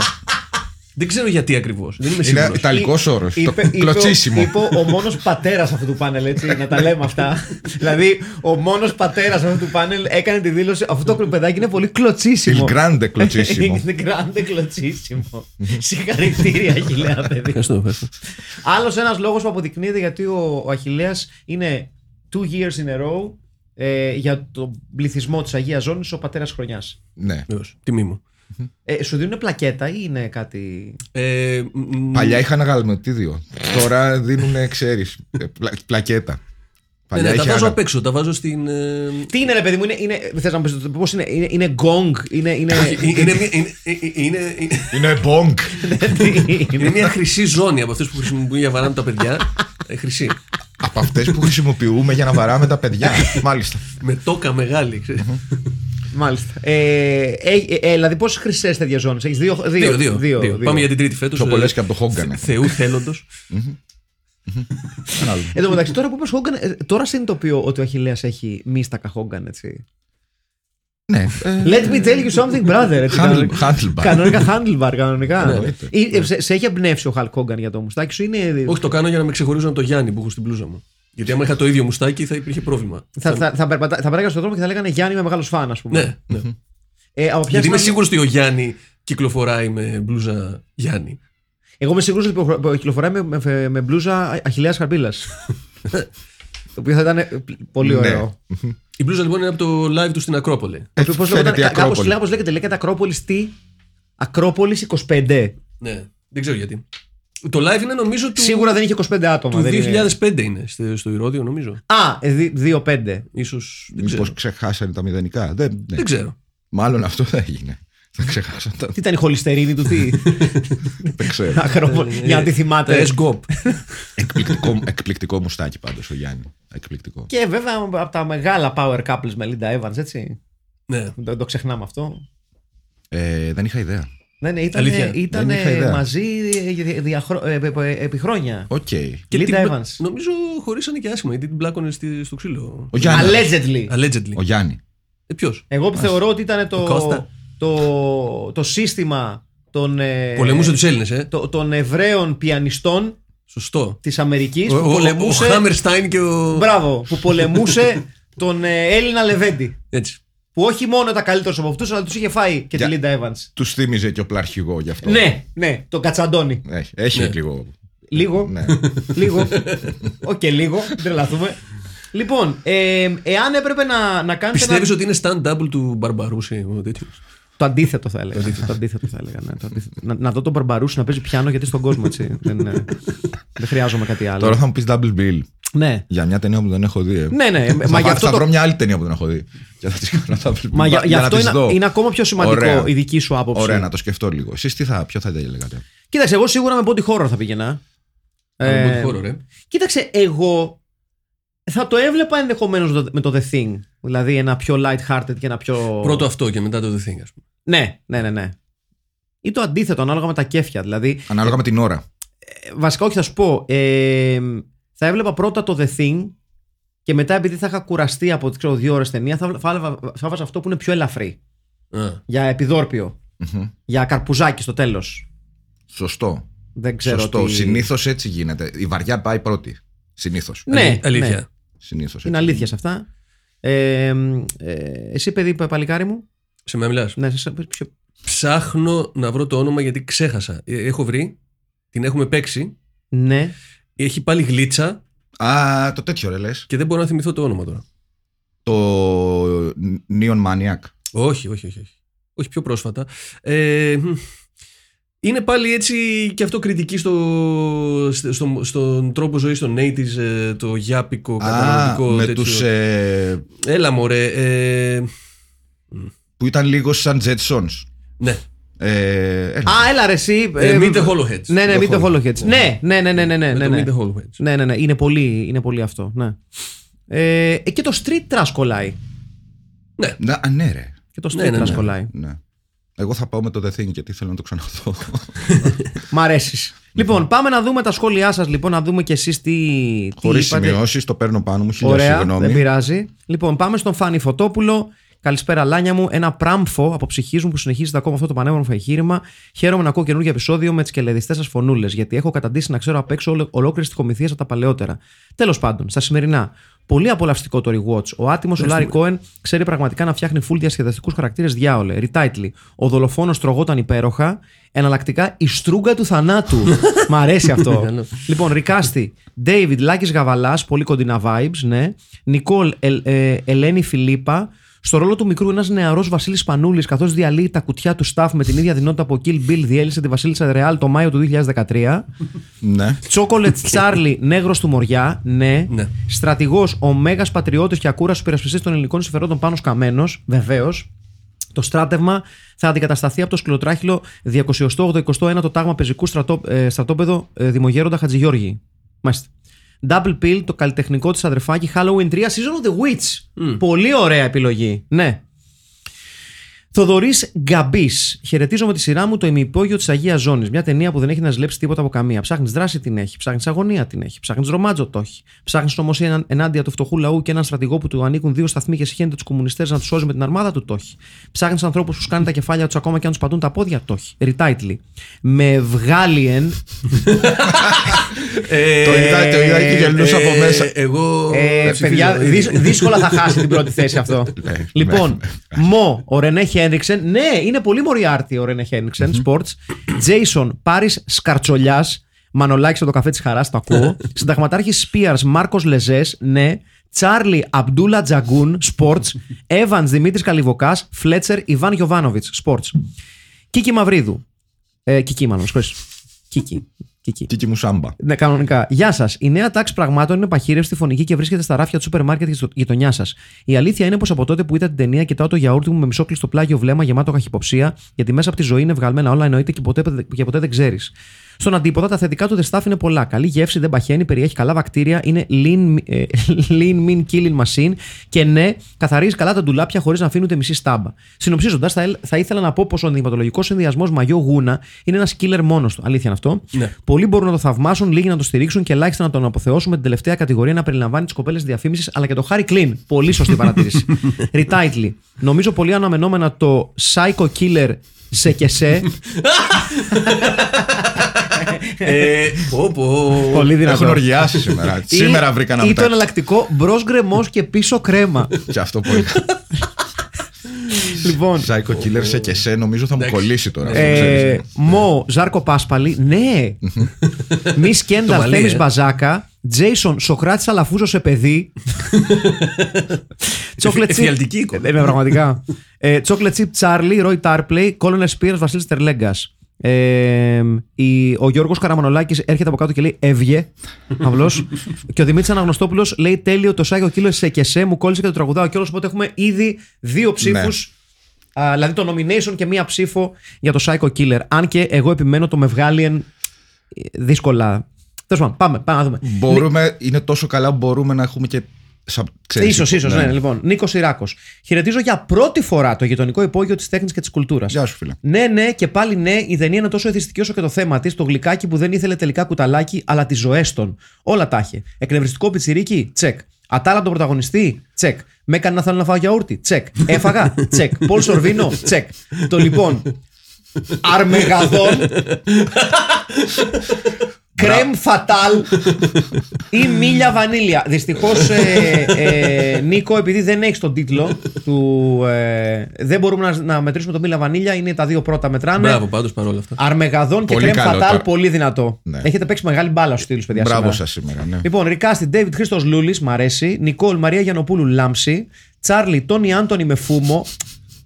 Δεν ξέρω γιατί ακριβώς. Δεν είμαι
Είναι
σίγουρος.
ιταλικός όρος. Το
Είπε- είπε ο-
κλωτσίσιμο.
Είπε ο μόνος πατέρας αυτού του πάνελ, έτσι, να τα λέμε αυτά. δηλαδή, ο μόνος πατέρας αυτού του πάνελ έκανε τη δήλωση. Αυτό το παιδάκι είναι πολύ κλωτσίσιμο.
Il grande κλωτσίσιμο.
Είναι grande κλωτσίσιμο. Συγχαρητήρια, Αχηλέα, παιδί.
Ευχαριστώ, ευχαριστώ.
Άλλος ένας λόγος που αποδεικνύεται γιατί ο, ο Αχηλέας είναι two years in a row ε, για τον πληθυσμό της Αγίας Ζώνης ο πατέρας χρονιάς.
Ναι.
Βεβαίως. Τιμή μου.
Ε, σου δίνουν πλακέτα ή είναι κάτι.
Ε, μ,
Παλιά είχαν γαλματίδιο. Τώρα δίνουν, ξέρει, πλακέτα.
ναι, ναι, τα
είχε
βάζω
ένα-
απ' έξω, τα βάζω στην. ε,
Τι είναι, ρε παιδί μου, είναι. είναι Θες να μου πεις πώς είναι, είναι. Είναι γκόγκ, είναι. είναι,
είναι, είναι, μια- είναι- είναι- είναι-
Είναι μπονκ.
Ναι. είναι μια χρυσή ζώνη από αυτές που χρησιμοποιούν για βαράμε τα παιδιά. Ε, χρυσή.
Από αυτές που χρησιμοποιούμε για να βαράμε τα παιδιά. Μάλιστα.
Με τόκα μεγάλη. ξέρεις.
Μάλιστα. Ε, ε, ε, ε, δηλαδή, πόσες χρυσές τέτοιε ζώνε έχεις, δύο, δύο,
Δύο, δύο,
δύο, δύο.
Πάμε για την τρίτη φέτος.
Πιο πολλές και από το Χόγκαν.
Θεού θέλοντος.
Ένα άλλο.
Εν τω μεταξύ, τώρα που είπες Χόγκαν, ε, τώρα συνειδητοποιώ ότι ο Αχηλέα έχει μίστακα Χόγκαν, έτσι.
Ναι. ε,
Let me tell you something, brother. έτσι,
Handle-
κανονικά.
handlebar.
Κανονικά handlebar, κανονικά.
Ναι,
εννοείται.
Ή, ε, σε, σε έχει εμπνεύσει ο Χαλ Χόγκαν για το μουστάκι σου, είναι.
Όχι, το κάνω για να με ξεχωρίζουν από το Γιάννη που έχω στην πλούζα μου. Γιατί άμα είχα το ίδιο μουστάκι θα υπήρχε πρόβλημα.
Θα, θα, θα, περπατά- θα περνάγανε στον δρόμο και θα λέγανε Γιάννη, είμαι μεγάλος φαν, ας πούμε.
Ναι, ναι.
Ε, από ποια
Γιατί είμαι
στιγμή-
σίγουρος ότι ο Γιάννη κυκλοφοράει με μπλούζα Γιάννη.
Εγώ είμαι σίγουρος ότι προχω- κυκλοφοράει με, με, με μπλούζα Αχηλέα Χαρπίλας. το οποίο θα ήταν ε, πολύ
Ναι.
ωραίο.
Η μπλούζα λοιπόν είναι από το live του στην Ακρόπολη.
ε,
Το οποίο πώς
φαίνεται η
λεγόταν, κάπως,
Ακρόπολη.
κάπως λέγεται, λέγεται Ακρόπολης τι, Ακρόπολης 25.
Ναι, δεν ξέρω γιατί. Το live είναι νομίζω του,
Σίγουρα δεν είχε 25 άτομα.
του
δεν είναι-
2005 είναι στο, στο Ηρώδιο νομίζω.
Α, ε, δι- 2-5.
Ίσως, δεν ξέρω.
Μήπω ξεχάσανε τα μηδενικά. Δεν, ναι.
Δεν ξέρω.
Μάλλον αυτό θα έγινε. Θα ξεχάσανε τα.
Τι ήταν η χολυστερίνη του, τι.
Δεν ξέρω.
Ακρόπολη,
Ε,
για να τη θυμάται.
Τα S-GOP.
εκπληκτικό, εκπληκτικό μουστάκι πάντως ο Γιάννη. Εκπληκτικό.
Και βέβαια από τα μεγάλα power couples με Linda Evans, έτσι.
ναι.
Δεν το ξεχνάμε αυτό.
Ε, δεν είχα ιδέα.
Ναι, ναι, ήταν,
Αλήθεια,
ήταν
δεν είχα ιδέα.
μαζί ε, δια- διαχρο- ε, επ- επ- επί χρόνια.
Οκ.
Linda
την-
Evans.
Νομίζω χωρίσανε και άσχημα γιατί την πλάκωνε στη- στο ξύλο.
Ο Γιάννης.
Allegedly.
Allegedly.
Ο Γιάννη.
Ε, ποιος?
Εγώ που θεωρώ ότι ήταν το,
Ο Κώστα.
το, το σύστημα των, ε,
Πολεμούσε τους Έλληνες, ε.
το- των Εβραίων πιανιστών
Σωστό.
της Αμερικής
Ο,
που
ο, ο
πολεμούσε.
Χάμερστάιν και ο.
Μπράβο, που πολεμούσε τον ε, Έλληνα Λεβέντη.
Έτσι.
Που όχι μόνο ήταν καλύτερος από αυτούς, αλλά τους είχε φάει και τη
Για-
Λίντα Evans.
Τους θύμιζε και ο πλαρχηγό γι' αυτό.
Ναι, ναι, τον Κατσαντώνη.
Έχει, έχει
Ναι.
λίγο.
Λίγο.
Ναι.
Λίγο. Οκ, λίγο. Μην τρελαθούμε. Λοιπόν, ε, εάν έπρεπε να, να κάνετε. ένα-
Πιστεύει ότι είναι stand-double του Μπαρμπαρούση ο τέτοιος.
Το αντίθετο θα έλεγα. το αντίθετο θα έλεγα. Ναι, το αντίθετο. να, να δω τον Μπαρμπαρούση να παίζει πιάνο γιατί στον κόσμο έτσι. δεν, ε, δεν χρειάζομαι κάτι άλλο.
Τώρα θα μου πεις Double Bill
Ναι.
για μια ταινία που δεν έχω δει. ε.
Ναι, ναι,
Θα
μα
πάρω-
γι' αυτό
Θα
το-
βρω μια άλλη ταινία που δεν έχω δει. Και θα τη κάνω Double Bill.
Μα για, γι'
να
αυτό
τις δω.
είναι, είναι ακόμα πιο σημαντικό
Ωραία.
η δική σου άποψη.
Ωραία, να το σκεφτώ λίγο. Εσείς τι θα, ποιο θα διαλέγατε.
Κοίταξε, εγώ σίγουρα με body horror θα πήγαινα.
Ε... ρε.
Κοίταξε, εγώ θα το έβλεπα ενδεχομένως με το The Thing. Δηλαδή ένα πιο light-hearted και ένα πιο.
Πρώτο αυτό και μετά το The Thing, ας πούμε.
Ναι, ναι, ναι, ναι. Ή το αντίθετο, ανάλογα με τα κέφια. Δηλαδή,
Ανάλογα με την ώρα.
ε, βασικά, όχι, θα σου πω. ε, θα έβλεπα πρώτα το The Thing και μετά, επειδή θα είχα κουραστεί από ξέρω, δύο ώρες ταινία, θα, θα, έβαλα- θα βάζα αυτό που είναι πιο ελαφρύ.
Α.
Για επιδόρπιο.
Μμμ.
Για καρπουζάκι στο τέλος.
Σωστό.
Δεν ξέρω.
Σωστό.
ότι-
Συνήθως έτσι γίνεται. Η βαριά πάει πρώτη. Συνήθως.
Ναι,
Αλήθεια.
ναι. Είναι αλήθεια σε αυτά. Ε, ε, εσύ, παιδί, παλικάρι μου.
Σε με μιλάς.
Ναι, σε- σε- ποιο-
Ψάχνω να βρω το όνομα γιατί ξέχασα. Ε, Έχω βρει. Την έχουμε παίξει.
ναι.
Έχει πάλι γλίτσα
Α, το τέτοιο ρε λες.
και δεν μπορώ να θυμηθώ το όνομα τώρα.
Το Neon Maniac.
Όχι, όχι, όχι. Όχι, όχι πιο πρόσφατα. Ε, μ, είναι πάλι έτσι και αυτό κριτική στο, στο- στον τρόπο ζωής των 80s, ε, το γιάπικο,
Α,
καταναλωτικό
με
τέτοιο.
τους... ε,
Έλα μωρέ, ε,
που ήταν λίγο σαν Jetsons.
ναι.
Ε, έλα.
Α, έλα ρε, εσύ.
Ε,
ε,
meet the Hollowheads.
Ναι, ναι,
The
Meet the
Hollow-
Hollowheads. Ναι, ναι, ναι, ναι, ναι, ναι,
με
ναι,
το
ναι.
Meet the Hollowheads.
Ναι, ναι, ναι. Είναι πολύ, είναι πολύ αυτό. Ναι. Ε, ε, και το street trash κολλάει.
Να, α, ναι ρε.
Και το street
Ναι, ναι, ναι.
trash κολλάει.
Ναι. Εγώ θα πάω με το The Thing γιατί θέλω να το ξαναδώ.
Μ' αρέσεις. λοιπόν, πάμε να δούμε τα σχόλιά σας, λοιπόν, να δούμε κι εσείς τι. τι
Χωρίς
είπατε.
σημειώσεις, το παίρνω πάνω μου. Χίλια
Ωραία, δεν
συγγνώμη.
πειράζει. Λοιπόν, πάμε στον Φάνη Φωτόπουλο. Καλησπέρα, Λάνια μου. Ένα πράμφο από ψυχή μου που συνεχίζεται ακόμα αυτό το πανέμορφο εγχείρημα. Χαίρομαι να ακούω καινούργιο επεισόδιο με τις κελεδιστέ σας φωνούλες, γιατί έχω καταντήσει να ξέρω απ' έξω ολο- ολόκληρες τι από τα παλαιότερα. Τέλος πάντων, στα σημερινά. Πολύ απολαυστικό το rewatch. Ο άτιμος ο Λάρι Κόεν ξέρει πραγματικά να φτιάχνει full διασκεδαστικούς χαρακτήρες διάολε. Retitle. Ο δολοφόνος τρογόταν υπέροχα. Εναλλακτικά η στρούγκα του θανάτου. Μ' αρέσει αυτό. λοιπόν, Ρικάστη. David Λάκης Γαβαλάς, πολύ κοντινά vibes, ναι. Νικόλ Ελ- ε, Ελένη Φιλίπα. Στο ρόλο του μικρού, ένας νεαρός Βασίλης Πανούλης, καθώς διαλύει τα κουτιά του staff με την ίδια δυνότητα που ο Kill Bill διέλυσε τη Βασίλισσα Ρεάλ το Μάιο του 2013.
Ναι.
Τσόκολετ Τσάρλι, νέγρος του Μωριά, ναι.
Ναι.
Στρατηγός, ο μέγας πατριώτης και ακούραστος υπερασπιστής των ελληνικών συμφερόντων πάνω καμένος, βεβαίως. Το στράτευμα θα αντικατασταθεί από το σκληροτράχυλο 281ο τάγμα πεζικού στρατό, ε, στρατόπεδο ε, Δημογέροντα Χατζηγιώργη. Μάλιστα. Double Pill, το καλλιτεχνικό της αδερφάκι Halloween 3 Season of the Witch. Πολύ ωραία επιλογή. Ναι. Θοδωρής Γκαμπής. Χαιρετίζω με τη σειρά μου το ημυπόγειο της Αγίας Ζώνης. Μια ταινία που δεν έχει να ζηλέψει τίποτα από καμία. Ψάχνεις δράση την έχει, ψάχνεις αγωνία την έχει, ψάχνεις ρομάτζο το έχει. Ψάχνεις νομοσία ενάντια του φτωχού λαού και έναν στρατηγό που του ανήκουν δύο σταθμοί και συχαίνεται τους κομμουνιστές να τους σώζει με την αρμάδα του το έχει. Ψάχνεις ανθρώπους που σκάνουν τα κεφάλια τους ακόμα και αν τους πατούν τα πόδια το έχει. Ριτάιτλι. Με βγάλιεν.
Ε,
Το είδα, το είδα και γελνούσα από
ε,
μέσα.
Εγώ.
Ε,
ψηφίζω.
παιδιά, δύσ- δύσκολα θα χάσει την πρώτη θέση αυτό.
Ναι,
λοιπόν,
ναι.
Μο, ο Ρενέ Χένριξεν. Ναι, είναι πολύ μοριάρτη ο Ρενέ Χένριξεν, sports. Τζέισον, Πάρη Σκαρτσολιάς. Μανολάκης από το καφέ της χαράς, το ακούω. Συνταγματάρχη Σπία, Μάρκος Λεζές, ναι. Τσάρλι Αμπτούλα Τζαγκούν, sports. Εύαν Δημήτρη Καλιβοκά, Φλέτσερ Ιβάν Γιοβάνοβιτ, sports. Κίκη Μαυρίδου. Ε, Κική, μάλλον, συγχωρείς. Κίκη. Κίκη.
Κίκι μου σάμπα.
Ναι, κανονικά. Γεια σας. Η νέα τάξη πραγμάτων είναι παχύρευστη φωνική και βρίσκεται στα ράφια του σούπερ μάρκετ της γειτονιάς σας. Η αλήθεια είναι πως από τότε που είδα την ταινία, κοιτάω το γιαούρτι μου με μισόκλειστο πλάγιο βλέμμα γεμάτο καχυποψία, γιατί μέσα από τη ζωή είναι βγαλμένα όλα, εννοείται και ποτέ, και ποτέ δεν ξέρεις. Στον αντίποδα, τα θετικά του δεστάφ είναι πολλά. Καλή γεύση, δεν παχαίνει, περιέχει καλά βακτήρια, είναι lean, ε, lean mean killing machine και ναι, καθαρίζει καλά τα ντουλάπια χωρίς να αφήνουν ούτε μισή στάμπα. Συνοψίζοντας, θα, ελ- θα ήθελα να πω πως ο ενδυματολογικός συνδυασμός μαγιό γούνα είναι ένας killer μόνος του. Αλήθεια είναι αυτό.
Ναι.
Πολλοί μπορούν να το θαυμάσουν, λίγοι να το στηρίξουν και ελάχιστα να τον αποθεώσουν με την τελευταία κατηγορία να περιλαμβάνει τις κοπέλες διαφήμισης αλλά και το Harry Clean. Πολύ σωστή παρατήρηση. Retitle. Νομίζω πολύ αναμενόμενα το Psycho Killer σε και σε.
Ε, πω, πω.
πολύ δυνατό.
Έχουν οργιάσει σήμερα.
Ή-
Σήμερα βρήκα να
Ή το
μετά.
εναλλακτικό μπρος γκρεμός και πίσω κρέμα.
Και αυτό που είχα.
λοιπόν.
Psycho Killer σε και σε νομίζω θα μου
Εντάξει.
κολλήσει τώρα. αυτό,
Ε,
ξέρεις.
ναι.
Μο, Ζάρκο Πάσπαλη, ναι. Μη
Το
Σκέντα,
μαλλί,
Θέμης
ε.
Μπαζάκα. Τζέισον, Σοκράτης Αλαφούζος σε παιδί. Chocolate chip-
Ευθυαλτική εικόνα.
Ε, ναι, πραγματικά. ε, Chocolate Chip Charlie, Roy Tarpley, Colonel Spears, Βασίλης Τερλέγκας. Ε, η- ο Γιώργος Καραμανολάκη έρχεται από κάτω και λέει Έβγε. Απλώς. και ο Δημήτρης Αναγνωστόπουλος λέει τέλειο το Σάγιο Κίλο σε και σε μου κόλλησε και το τραγουδάω κιόλας. Οπότε έχουμε ήδη
Ναι.
δύο ψήφους. δηλαδή το nomination και μία ψήφο για το Psycho Killer. Αν και εγώ επιμένω το με βγάλει εν- ε, δύσκολα. Τέλος πάντων, πάμε, πάμε να δούμε.
Μπορούμε, είναι τόσο καλά που μπορούμε να έχουμε και. σα- ξέρεις,
Ίσως, ίσως, ναι. λοιπόν. Νίκος Ιράκος. Χαιρετίζω για πρώτη φορά το γειτονικό υπόγειο της τέχνης και της κουλτούρας.
Γεια σου, φίλε.
Ναι, ναι, και πάλι ναι, η ταινία είναι τόσο εθιστική όσο και το θέμα της. Το γλυκάκι που δεν ήθελε τελικά κουταλάκι, αλλά τις ζωές των. Όλα τα είχε. Εκνευριστικό πιτσιρίκι, τσεκ. Ατάλα τον πρωταγωνιστή, τσεκ. Με έκανε να θέλω να φάω γιαούρτι, τσεκ. Έφαγα, τσεκ. Πολ Σορβίνο, τσεκ. Το λοιπόν. Αρμεγαδόν. Κρέμ φατάλ ή μίλια βανίλια. Δυστυχώς, Νίκο, επειδή δεν έχεις τον τίτλο του. ε, δεν μπορούμε να, να μετρήσουμε το μίλια βανίλια, είναι τα δύο πρώτα μετράνε.
Μπράβο, πάντως παρόλα αυτά.
Αρμεγαδόν και
Πολύ
κρέμ
καλό
φατάλ,
τώρα.
πολύ δυνατό.
Ναι.
Έχετε παίξει μεγάλη μπάλα στους τίτλους, παιδιά.
Μπράβο
σήμερα.
σας σήμερα. ναι.
Λοιπόν, Ρικάστη, David Χρήστος Λούλης, μ' αρέσει. Νικόλ Μαρία Γιανοπούλου Λάμψη. Τσάρλι, Τόνι Άντωνη με φούμο.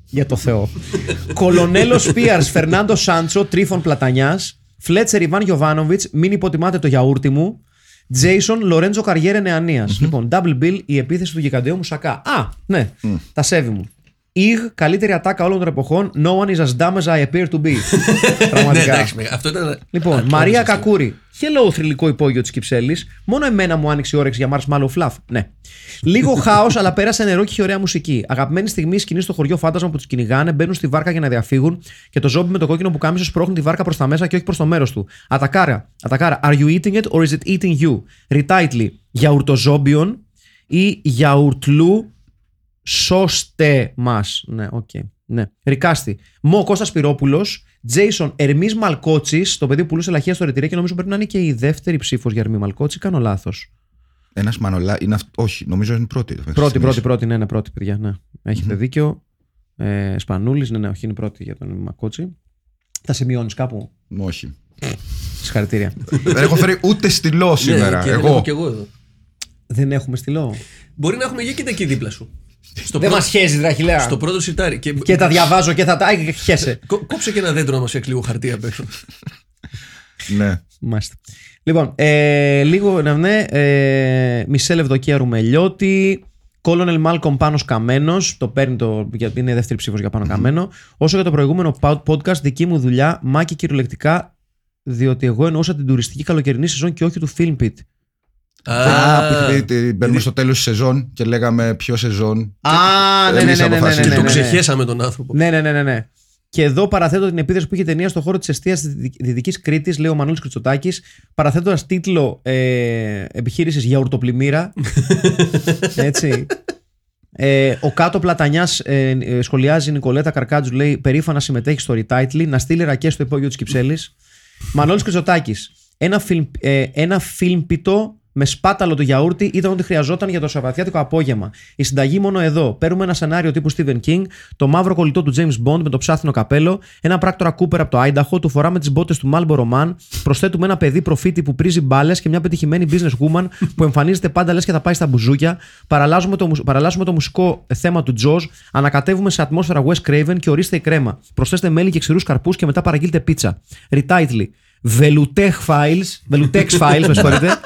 Για το Θεό. Κολονέλος Πίαρ, Φερνάντο Σάντσο, Τρίφων Πλατανιάς. Φλέτσερ Ιβάν Γιοβάνοβιτ, μην υποτιμάτε το γιαούρτι μου. Τζέισον Λορέντζο Καριέρε Νεανίας. Λοιπόν, Double Bill, η επίθεση του γιγαντέου μου σακά. Α, ναι, τα σέβη μου. Ιγ, καλύτερη ατάκα όλων των εποχών. No one is as dumb as I appear to be.
Ναι,
Πραγματικά.
εντάξει, αυτό ήταν.
Λοιπόν,
Α,
Μαρία
αυτό.
Κακούρη. Hello, θρηλυκό υπόγειο της Κυψέλης. Μόνο εμένα μου άνοιξε η όρεξη για Marshmallow Fluff. Ναι. Λίγο χάος, αλλά πέρασε νερό και είχε ωραία μουσική. Αγαπημένη στιγμή, η σκηνή στο χωριό φάντασμα που τους κυνηγάνε, μπαίνουν στη βάρκα για να διαφύγουν και το ζόμπι με το κόκκινο που κάμισε σπρώχνει τη βάρκα προς τα μέσα και όχι προς το μέρος του. Ατακάρα. Ατακάρα. Are you eating it or is it eating you? Retitle. Γιαουρτοζόμπιον ή γιαουρτλού σώστε μας. Ναι, οκ. Ναι. Ρικάστη. Μο Κώστας Πυρόπουλος. Τζέισον Ερμής Μαλκότσι. Το παιδί που πουλούσε λαχεία στο ρετηρία και νομίζω πρέπει να είναι και η δεύτερη ψήφος για Ερμή Μαλκότσι. Κάνω λάθος.
Ένας Μανολά. Είναι αυ- Όχι, νομίζω είναι πρώτη.
Πρώτη, πρώτη, πρώτη. Ναι, ναι, πρώτη, παιδιά. Ναι. Έχετε δίκιο. Ε, Σπανούλης. Ναι, ναι, όχι, είναι πρώτη για τον Ερμή Μαλκότσι. Θα σημειώνει κάπου.
Όχι.
Συγχαρητήρια.
Δεν έχω φέρει ούτε στυλό
Ναι,
σήμερα.
και δεν έχω
Εγώ.
κι εγώ εδώ.
Δεν έχουμε στυλό.
Μπορεί να έχουμε γη και τα εκεί δίπλα σου. Στο
Δεν
πρώτο-
μας χέζει, Δραχυλέα.
Στο πρώτο σιρτάρι. Και,
Και τα διαβάζω και θα τα. Ай, Χέσαι.
Κο- κόψε και ένα δέντρο να μας φτιάξει λίγο χαρτί απ' έξω.
Ναι.
Μάλιστα. Λοιπόν, ε, λίγο να ναι, ε, Μισελ Ευδοκία Ρουμελιώτη, Κόλονελ Μάλκομ Πάνος Καμένος, το παίρνει το. γιατί είναι δεύτερη ψήφος για Πάνο Καμένο. Όσο για το προηγούμενο pod- podcast, δική μου δουλειά, μάκη κυριολεκτικά, διότι εγώ εννοούσα την τουριστική καλοκαιρινή σεζόν και όχι του Film Pit.
Α, που
ναι,
είχε πει ότι μπαίνουμε στο τέλος της σεζόν και λέγαμε ποιο σεζόν.
Α, ναι, ναι,
Εμείς
ναι, ναι, ναι, ναι,
αποφασίσαμε.
ναι,
και
ναι,
τον
ναι.
ξεχέσαμε τον άνθρωπο.
Ναι, ναι, ναι, ναι, ναι. Και εδώ παραθέτω την επίδραση που είχε η ταινία στον χώρο της αιστείας της Δυτική Κρήτης, λέει ο Μανώλης Κριτσοτάκης, παραθέτοντα τίτλο ε, επιχείρησης για ορτοπλημμύρα. Έτσι. Ε, ο Κάτω Πλατανιάς ε, ε, σχολιάζει Νικολέτα Καρκάτζου, λέει περήφανα συμμετέχει στο retitle, να στείλει ρακές στο υπόγειο της Κυψέλης. Μανώλης Κριτσοτάκης. Ένα, φιλμ, ε, ένα φιλμπιτό με σπάταλο το γιαούρτι ήταν ότι χρειαζόταν για το Σαββατιάτικο απόγευμα. Η συνταγή μόνο εδώ. Παίρνουμε ένα σενάριο τύπου Stephen King, το μαύρο κολλητό του James Bond με το ψάθινο καπέλο, ένα πράκτορα Cooper από το Άινταχο, του φοράμε τις μπότες του Marlboro Man, προσθέτουμε ένα παιδί προφήτη που πρίζει μπάλες και μια πετυχημένη businesswoman που εμφανίζεται πάντα λες και θα πάει στα μπουζούκια, παραλλάζουμε το, μουσ- παραλλάσσουμε το μουσικό θέμα του Τζοζ, ανακατεύουμε σε ατμόσφαιρα Wes Craven και ορίστε η κρέμα. Προσθέστε μέλι και ξηρούς καρπούς και μετά παραγγείλτε πίτσα. Retitle. Velutech Files, Velutech Files, με συγχωρείτε.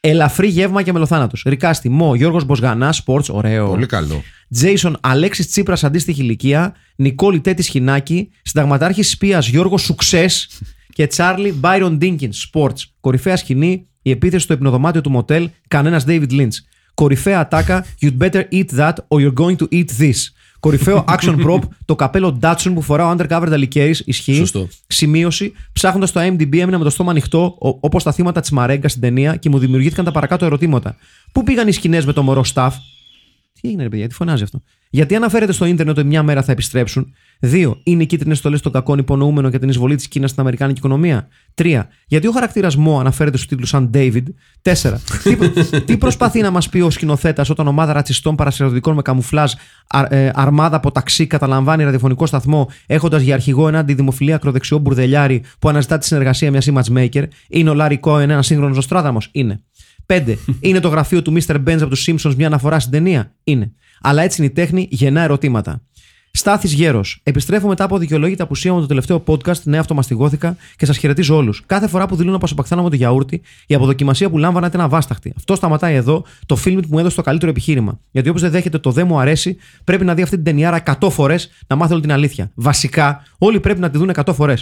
Ελαφρύ γεύμα και μελοθάνατος. Ρικάστη, Μω, Γιώργο Μποσγανά, Sports, ωραίο.
Πολύ καλό.
Τζέισον Αλέξης Τσίπρας αντίστοιχη ηλικία, Νικόλη Τέτης Χινάκη, Συνταγματάρχης Σπίας Γιώργος Σουξές και Τσάρλι Μπάιρον Ντίνκιν, Sports. Κορυφαία σκηνή, η επίθεση στο υπνοδωμάτιο του μοτέλ, κανένας David Lynch. Κορυφαία ατάκα, you'd better eat that or you're going to eat this. Κορυφαίο action prop, το καπέλο Datsun που φορά ο undercover Dalikeris, ισχύει.
Σωστό.
Σημείωση, ψάχνοντας το IMDb έμεινα με το στόμα ανοιχτό, όπως τα θύματα της Μαρέγκα στην ταινία και μου δημιουργήθηκαν τα παρακάτω ερωτήματα. Πού πήγαν οι σκηνές με το μωρό staff, τι έγινε, ρε παιδιά, τι φωνάζει αυτό. Γιατί αναφέρεται στο ίντερνετ ότι μια μέρα θα επιστρέψουν. 2. Είναι οι κίτρινες στολές των κακών υπονοούμενων για την εισβολή της Κίνας στην Αμερικάνικη οικονομία. 3. Γιατί ο χαρακτήρας Μω αναφέρεται στους τίτλους σαν David. 4. τι, τι προσπαθεί να μας πει ο σκηνοθέτας όταν ομάδα ρατσιστών παρασυρωτικών με καμουφλάζ αρ- ε, αρμάδα από ταξί καταλαμβάνει ραδιοφωνικό σταθμό έχοντας για αρχηγό ένα αντιδημοφιλή ακροδεξιό μπουρδελιάρι που αναζητά τη συνεργασία μιας image maker. Είναι ο Λάρι Κόεν ένας σύγχρονος Νοστράδαμο. Είναι. 5. Είναι το γραφείο του Mr. Benz από τους Simpsons μια αναφορά στην ταινία. Είναι. Αλλά έτσι είναι η τέχνη, γεννά ερωτήματα. Στάθης Γέρος. Επιστρέφω μετά από δικαιολόγητα απουσία μου το τελευταίο podcast. Ναι, αυτομαστιγώθηκα και σας χαιρετίζω όλους. Κάθε φορά που δηλώνω πασοπακθάνω με το γιαούρτι, η αποδοκιμασία που λάμβανα ήταν αβάσταχτη. Αυτό σταματάει εδώ, το film που μου έδωσε το καλύτερο επιχείρημα. Γιατί όποιο δεν δέχεται το δεν μου αρέσει, πρέπει να δει αυτή την ταινιάρα 100 φορές να μάθει όλη την αλήθεια. Βασικά, όλοι πρέπει να τη δουν 100 φορέ.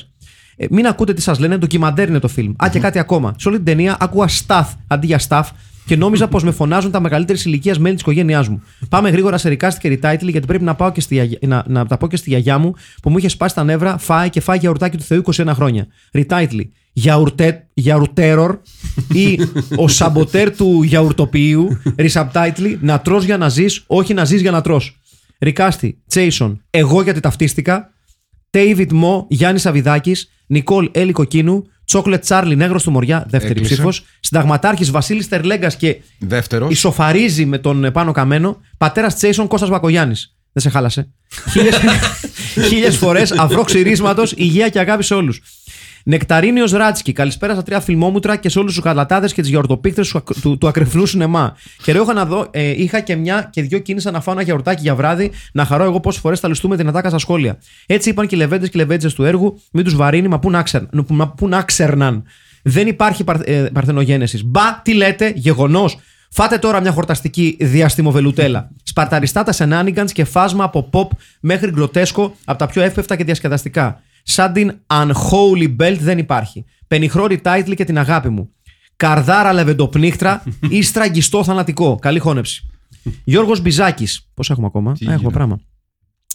Ε, μην ακούτε τι σας λένε, ντοκιμαντέρ είναι το φιλμ. Α, και κάτι ακόμα. Σε όλη την ταινία άκουγα staff αντί για staff και νόμιζα πως με φωνάζουν τα μεγαλύτερης ηλικίας μέλη της οικογένειάς μου. Πάμε γρήγορα σε recast και retitle γιατί πρέπει να, πάω και στη γιαγιά- να, να τα πω και στη γιαγιά μου που μου είχε σπάσει τα νεύρα, φάει και φάει γιαουρτάκι του Θεού 21 χρόνια. Retitle. Γιαουρτέ, γιαουρτέρορ ή ο σαμποτέρ του γιαουρτοποιείου. Resubtitle. Να τρώ για να ζεις, όχι να ζεις για να τρώ. Ρικάστη, Τσέισον, εγώ γιατί ταυτίστηκα. David Mo, Γιάννης Αβιδάκης, Νικόλ Έλλη Κοκκίνου, Τσόκλετ Τσάρλι Νέγρο του Μωριά, δεύτερη
Έκλεισε.
ψήφος. Συνταγματάρχης Βασίλης Τερλέγκας και
Δεύτερος.
ισοφαρίζει με τον ε, πάνω καμένο. Πατέρας Τσέισον Κώστα Μπακογιάννη. Δεν σε χάλασε. Χίλιες φορές αυρό ξυρίσματος, υγεία και αγάπη σε όλους. Νεκταρίνιος Ράτσκι, καλησπέρα στα τρία φιλμόμουτρα και σε όλους τους καλατάδε και τις γιορτοπίκτε του, του, του ακρεφνού σουνεμά. Και λέω, είχα, να δω, ε, είχα και μια και δυο κίνησα να φάω ένα γιαουρτάκι για βράδυ, να χαρώ εγώ πόσες φορές θα ληστούμε την ατάκα στα σχόλια. Έτσι είπαν και οι λεβέντες και λεβέντζες του έργου, μην τους βαρύνει, μα πού να ξέρ- μα πού να ξέρναν. Δεν υπάρχει παρ, ε, παρθενογένεσης. Μπα, τι λέτε, γεγονός. Φάτε τώρα μια χορταστική διαστημοβελουτέλα. Σπαρταριστά τα σενάνιγκαντ και φάσμα από pop μέχρι γκροτέσκο από τα πιο έφευτα και διασκεδαστικά. Σαν την Unholy Belt δεν υπάρχει. Πενιχρόρη title και την αγάπη μου. Καρδάρα λεβεντοπνίχτρα ή στραγγιστό θανατικό. Καλή χώνεψη. Γιώργος Μπιζάκης. Πώς έχουμε ακόμα. Α, έχουμε
γίνεται.
πράγμα.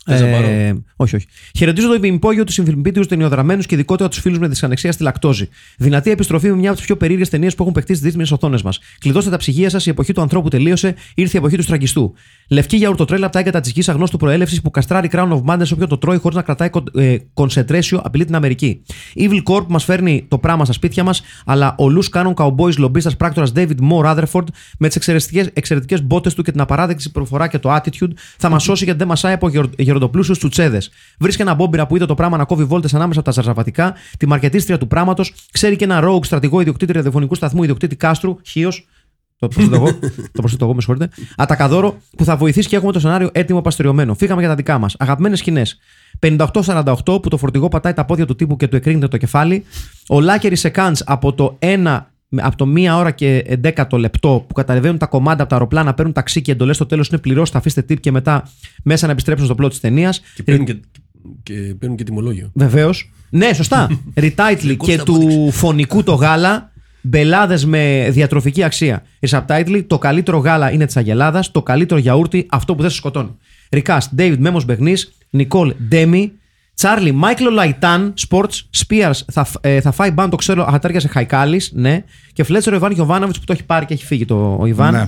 Ε,
Θες να πάρω?
όχι, όχι. Χαιρετίζω το υπόγειο του συμφιλμπίτιου ταινιοδραμένους και ειδικότερα τους φίλους με δυσανεξία στη λακτόζη. Δυνατή επιστροφή με μια από τις πιο περίεργες ταινίες που έχουν παιχτεί στις δύσμενε οθόνες μας. Κλειδώστε τα ψυγεία σας, η εποχή του ανθρώπου τελείωσε, ήρθε η εποχή του στραγγιστού. Λευκή γιαουρτοτρέλα από τα έγκατα τη γη αγνώστου προέλευσης που καστράρει Crown of Madness όποιον το τρώει χωρίς να κρατάει κον- ε, κονσετρέσιο, απειλεί την Αμερική. Evil Corp μας φέρνει το πράγμα στα σπίτια μας, αλλά ο Λου Κάνον Cowboys λομπίστας πράκτορας David Moore Rutherford με τις εξαιρετικές μπότες του και την απαράδεκτη προφορά και το attitude θα μας σώσει γιατί δεν μασάει από γεροντοπλούσιου τσουτσέδε. Βρίσκει ένα μπόμπιρα που είδε το πράγμα να κόβει βόλτες ανάμεσα από τα ζαρζαβατικά, τη μαρκετίστρια του πράγματος, ξέρει και ένα rogue στρατηγό ιδιοκτήτη ραδιοφωνικού σταθμού ιδιοκτήτη κάστρου, Χίος, Το προσθέτω εγώ. το προσθέτω εγώ, με συγχωρείτε. Ατακαδόρο που θα βοηθήσει και έχουμε το σενάριο έτοιμο παστριωμένο. Φύγαμε για τα δικά μας. Αγαπημένες σκηνές. 58-48 που το φορτηγό πατάει τα πόδια του τύπου και του εκρίνεται το κεφάλι. Ο Λάκερη Σεκάντ από το 1 από το 1 ώρα και 11 το λεπτό που καταλαβαίνουν τα κομμάτια από τα αεροπλάνα, παίρνουν ταξί και εντολές στο τέλος είναι πληρώστε, αφήστε tip και μετά μέσα να επιστρέψουν στο πλότο της ταινίας.
Και παίρνουν και, και, παίρνουν και τιμολόγιο.
Βεβαίως. Ε, Ναι, σωστά. Retitle και του φωνικού το γάλα. Μπελάδες με διατροφική αξία. Η subtitle Το καλύτερο γάλα είναι της Αγελάδας. Το καλύτερο γιαούρτι, αυτό που δεν σε σκοτώνει. Recast David Μέμο Μπεγνή, Νικόλ Ντέμι, Τσάρλι Μάικλο Λαϊτάν, Sports, Spears θα, φ- ε, θα φάει μπαν, το ξέρω, αχατάρια σε Χαϊκάλης, ναι. Και Φλέτσερ ο Ιβάν Γιοβάνοβιτ που το έχει πάρει και έχει φύγει το ο Ιβάν.
Ναι.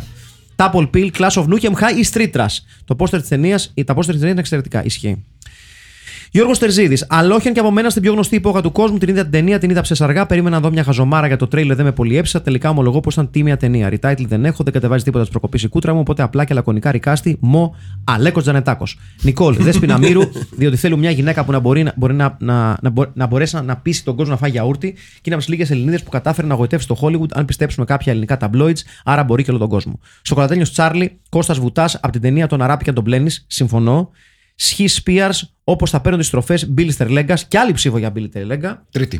Τάπολ Pill, Class of Nukem High ή Street Trash. Το πόστερ της ταινίας, τα πόστερ της ταινίας είναι εξαιρετικά. Ισχύει. Γιώργος Τερζίδης. Αλόχεν και από μένα στην πιο γνωστή υπόγα του κόσμου. Την είδα την ταινία, την είδα ψεσαργά. Περίμενα να δω μια χαζομάρα για το τρέιλερ, δεν με πολυέψα. Τελικά ομολογώ πως ήταν τίμια ταινία. Retitle δεν έχω, δεν κατεβάζει τίποτα της προκοπής η κούτρα μου. Οπότε απλά και λακωνικά ρικάστη. Μο Αλέκος Τζανετάκος. Νικόλ, δέσπινα μύρου, διότι θέλω μια γυναίκα που να, μπορεί, να, μπορεί να, να, να, μπο- να μπορέσει να, να πείσει τον κόσμο να φάει γιαούρτι και είναι από τι λίγες Ελληνίδες που κατάφερε να γοητεύσει το Hollywood, αν πιστέψουμε κάποια ελληνικά ταμπλόιτ, άρα μπορεί και όλο τον κόσμο. Σοκολατένιος Τσάρλι, Κώστας Βουτάς από την ταινία Τον Αράπη και τον Μπλένης, συμφωνώ. Σχή Spears, όπως θα παίρνουν τις στροφές Billy Sterlenga και άλλη ψήφο για Billy Sterlenga.
Τρίτη.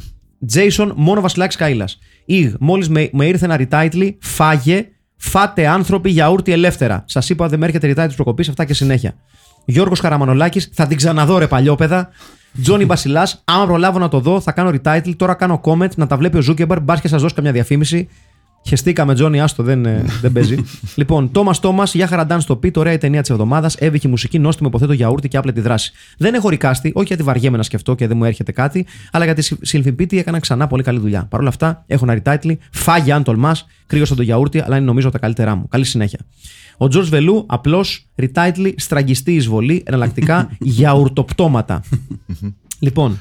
Jason, μόνο Βασιλάκης Καήλα. Ιγ, μόλις με, με ήρθε ένα retitle, φάγε, φάτε άνθρωποι γιαούρτι ελεύθερα. Σας είπα, δεν με έρχεται retitle προκοπής, αυτά και συνέχεια. Γιώργος Καραμανολάκη, θα την ξαναδώ ρε παλιόπαιδα. Τζόνι Μπασιλά, άμα προλάβω να το δω, θα κάνω retitle. Τώρα κάνω comment, να τα βλέπει ο Ζούκεμπαρ, μπας και σας δώσω καμιά διαφήμιση. Χεστήκαμε, Τζόνι, άστο, δεν, ε, δεν παίζει. λοιπόν, Τόμας Τόμας, για χαραντάν στο πίτ, ωραία η ταινία της εβδομάδας. Έβηχε η μουσική, νόστιμο, υποθέτω γιαούρτι και άπλετη δράση. Δεν έχω ρικάστη, όχι γιατί βαριέμαι να σκεφτώ και δεν μου έρχεται κάτι, αλλά γιατί συ- Σιλφιμπίτη έκανα ξανά πολύ καλή δουλειά. Παρ' όλα αυτά, έχω ένα retitle, φάγε αν τολμά, κρύο το γιαούρτι, αλλά είναι νομίζω από τα καλύτερά μου. Καλή συνέχεια. Ο Τζορτ Βελού, απλώς retitle, στραγγιστή εισβολή, εναλλακτικά γιαουρτοπτώματα. λοιπόν,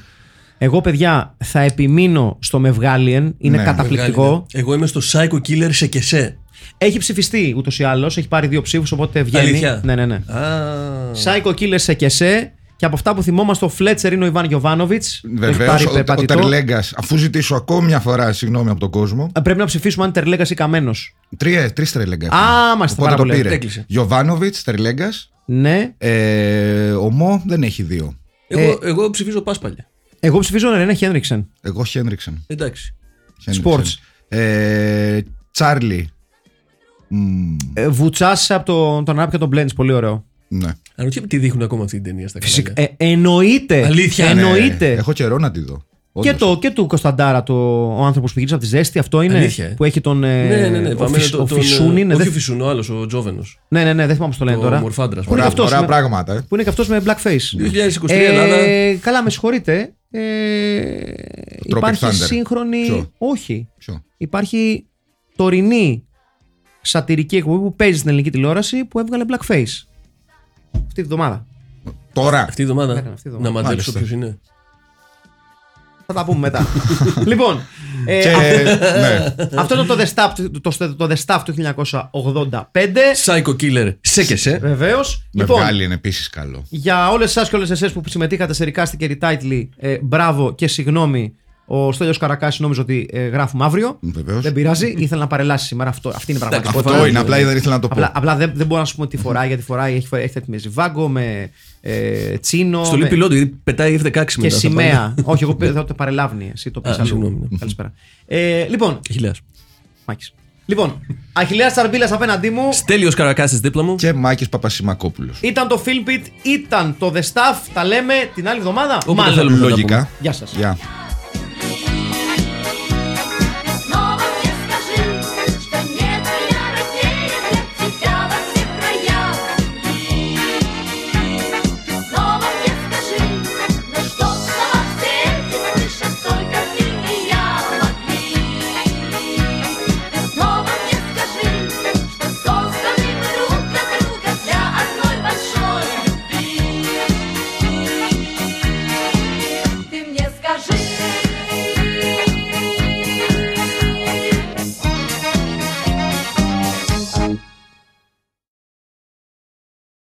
εγώ παιδιά θα επιμείνω στο Μευγάλιεν, είναι
Ναι.
καταπληκτικό.
Μεγάλη, ναι. Εγώ είμαι στο Psycho Killer σε και σε.
Έχει ψηφιστεί ούτως ή άλλως, έχει πάρει δύο ψήφους, οπότε βγαίνει.
Αλήθεια?
Ναι, ναι, ναι.
Α,
Σάικο Killer σε και σε. Και από αυτά που θυμόμαστε, ο Φλέτσερ είναι ο Ιβάν Γιοβάνοβιτ.
Βεβαίω, ο, ο Τερλέγκας, αφού ζητήσω ακόμη μια φορά συγγνώμη από τον κόσμο.
Ε, Πρέπει να ψηφίσουμε αν Τερλέγκας ή Καμένος.
Τρία, τρεις Τερλέγκας.
Α, μάλιστα, πάρα
Οπότε το
πολύ.
πήρε.
Έκλεισε.
Γιωβάνοβιτ, Τερλέγκας.
Ναι.
Ε, ο Μο δεν έχει δύο.
Ε.
εγώ, εγώ ψηφίζω Πάσπαλια.
Εγώ ψηφίζω Ρενέ Χένριξεν.
Εγώ Χένριξεν.
Εντάξει.
Χένριξεν. Ε, Τσάρλι. Μμ,
Ε, Βουτσάς από το, τον Άπ και τον Μπλέντ. Πολύ ωραίο.
ναι.
Αναρωτιέμαι τι δείχνουν ακόμα αυτή την ταινία στα
Φυσικά.
κανάλια.
Ε, εννοείται.
Αλήθεια, ναι.
Εννοείται.
Ε, έχω καιρό να τη δω.
Και,
Όντως.
το, και του Κωνσταντάρα, το, ο άνθρωπος που γύρισε από τη ζέστη, αυτό είναι.
Αλήθεια, ε.
Που έχει τον. ε,
ναι, ναι, ναι.
ο
Πάμε
Φυσ-
το-
ο
τον-
Φυσούνι. ναι,
Όχι
δεν-
ο Φυσούνο, ο άλλος, ο Τζόβενος.
Ναι, ναι, ναι, δεν θυμάμαι πώς το λένε
Ο
τώρα.
μορφάντρας.
Που είναι
Ωραία,
και αυτός
ωραία
με-
πράγματα. Ε.
που είναι και αυτός με blackface.
2023 Ελλάδα.
Ε, Καλά, με συγχωρείτε. Ε, υπάρχει
Thunder.
σύγχρονη.
Ποιο?
Όχι.
Ποιο.
Υπάρχει τωρινή σατυρική εκπομπή που παίζει στην ελληνική τηλεόραση που έβγαλε blackface. Αυτή τη βδομάδα.
Τώρα.
Αυτή η εβδομάδα.
Ναι, αυτή η
Να
εβδομάδα.
μαντέψω
Μάλιστα.
ποιο είναι.
Θα τα πούμε μετά. λοιπόν, ε,
Και, ναι.
αυτό ήταν το The Staff, του- το, το, The Staff του 1985.
Psycho Killer σε και σε.
Βεβαίως.
Με
Λοιπόν,
βγάλει είναι επίσης καλό.
Για όλες εσάς και όλες εσές που συμμετείχατε σε Recast και Retitle, ε, μπράβο και συγγνώμη. Ο Στέλιος Καρακάσης νόμιζε ότι ε, γράφουμε αύριο.
Βεβαίως.
Δεν πειράζει. Ήθελα να παρελάσει σήμερα αυτό. Αυτή είναι η πραγματικότητα.
Αυτό είναι, απλά δεν ήθελα να το πω.
Απλά, απλά δεν, δεν μπορώ να σου πω τι φοράει, γιατί φοράει. Έχει, φοράει- έχει τέτοιο με ζιβάγκο, με ε, τσίνο.
Στο
με-
λέει πιλότο, γιατί πετάει F-16 μετά.
και
θα
σημαία. Όχι, εγώ πέ- θα το παρελάβνει. Εσύ το πει
Α, συγγνώμη,
αλλού.
ναι.
Καλησπέρα. Ε, λοιπόν,
πάει. Χιλιάς.
Μάκης. Λοιπόν, Αχιλέα Τσαρμπίλα απέναντί μου.
Στέλιος Καρακάσης δίπλα μου.
Και Μάκης Παπασημακόπουλος.
Ήταν το Filmpit, ήταν το The Staff. Τα λέμε την άλλη εβδομάδα.
Όποτε θέλουμε θα τα
Λογικά.
πούμε.
Γεια σας.
Γεια.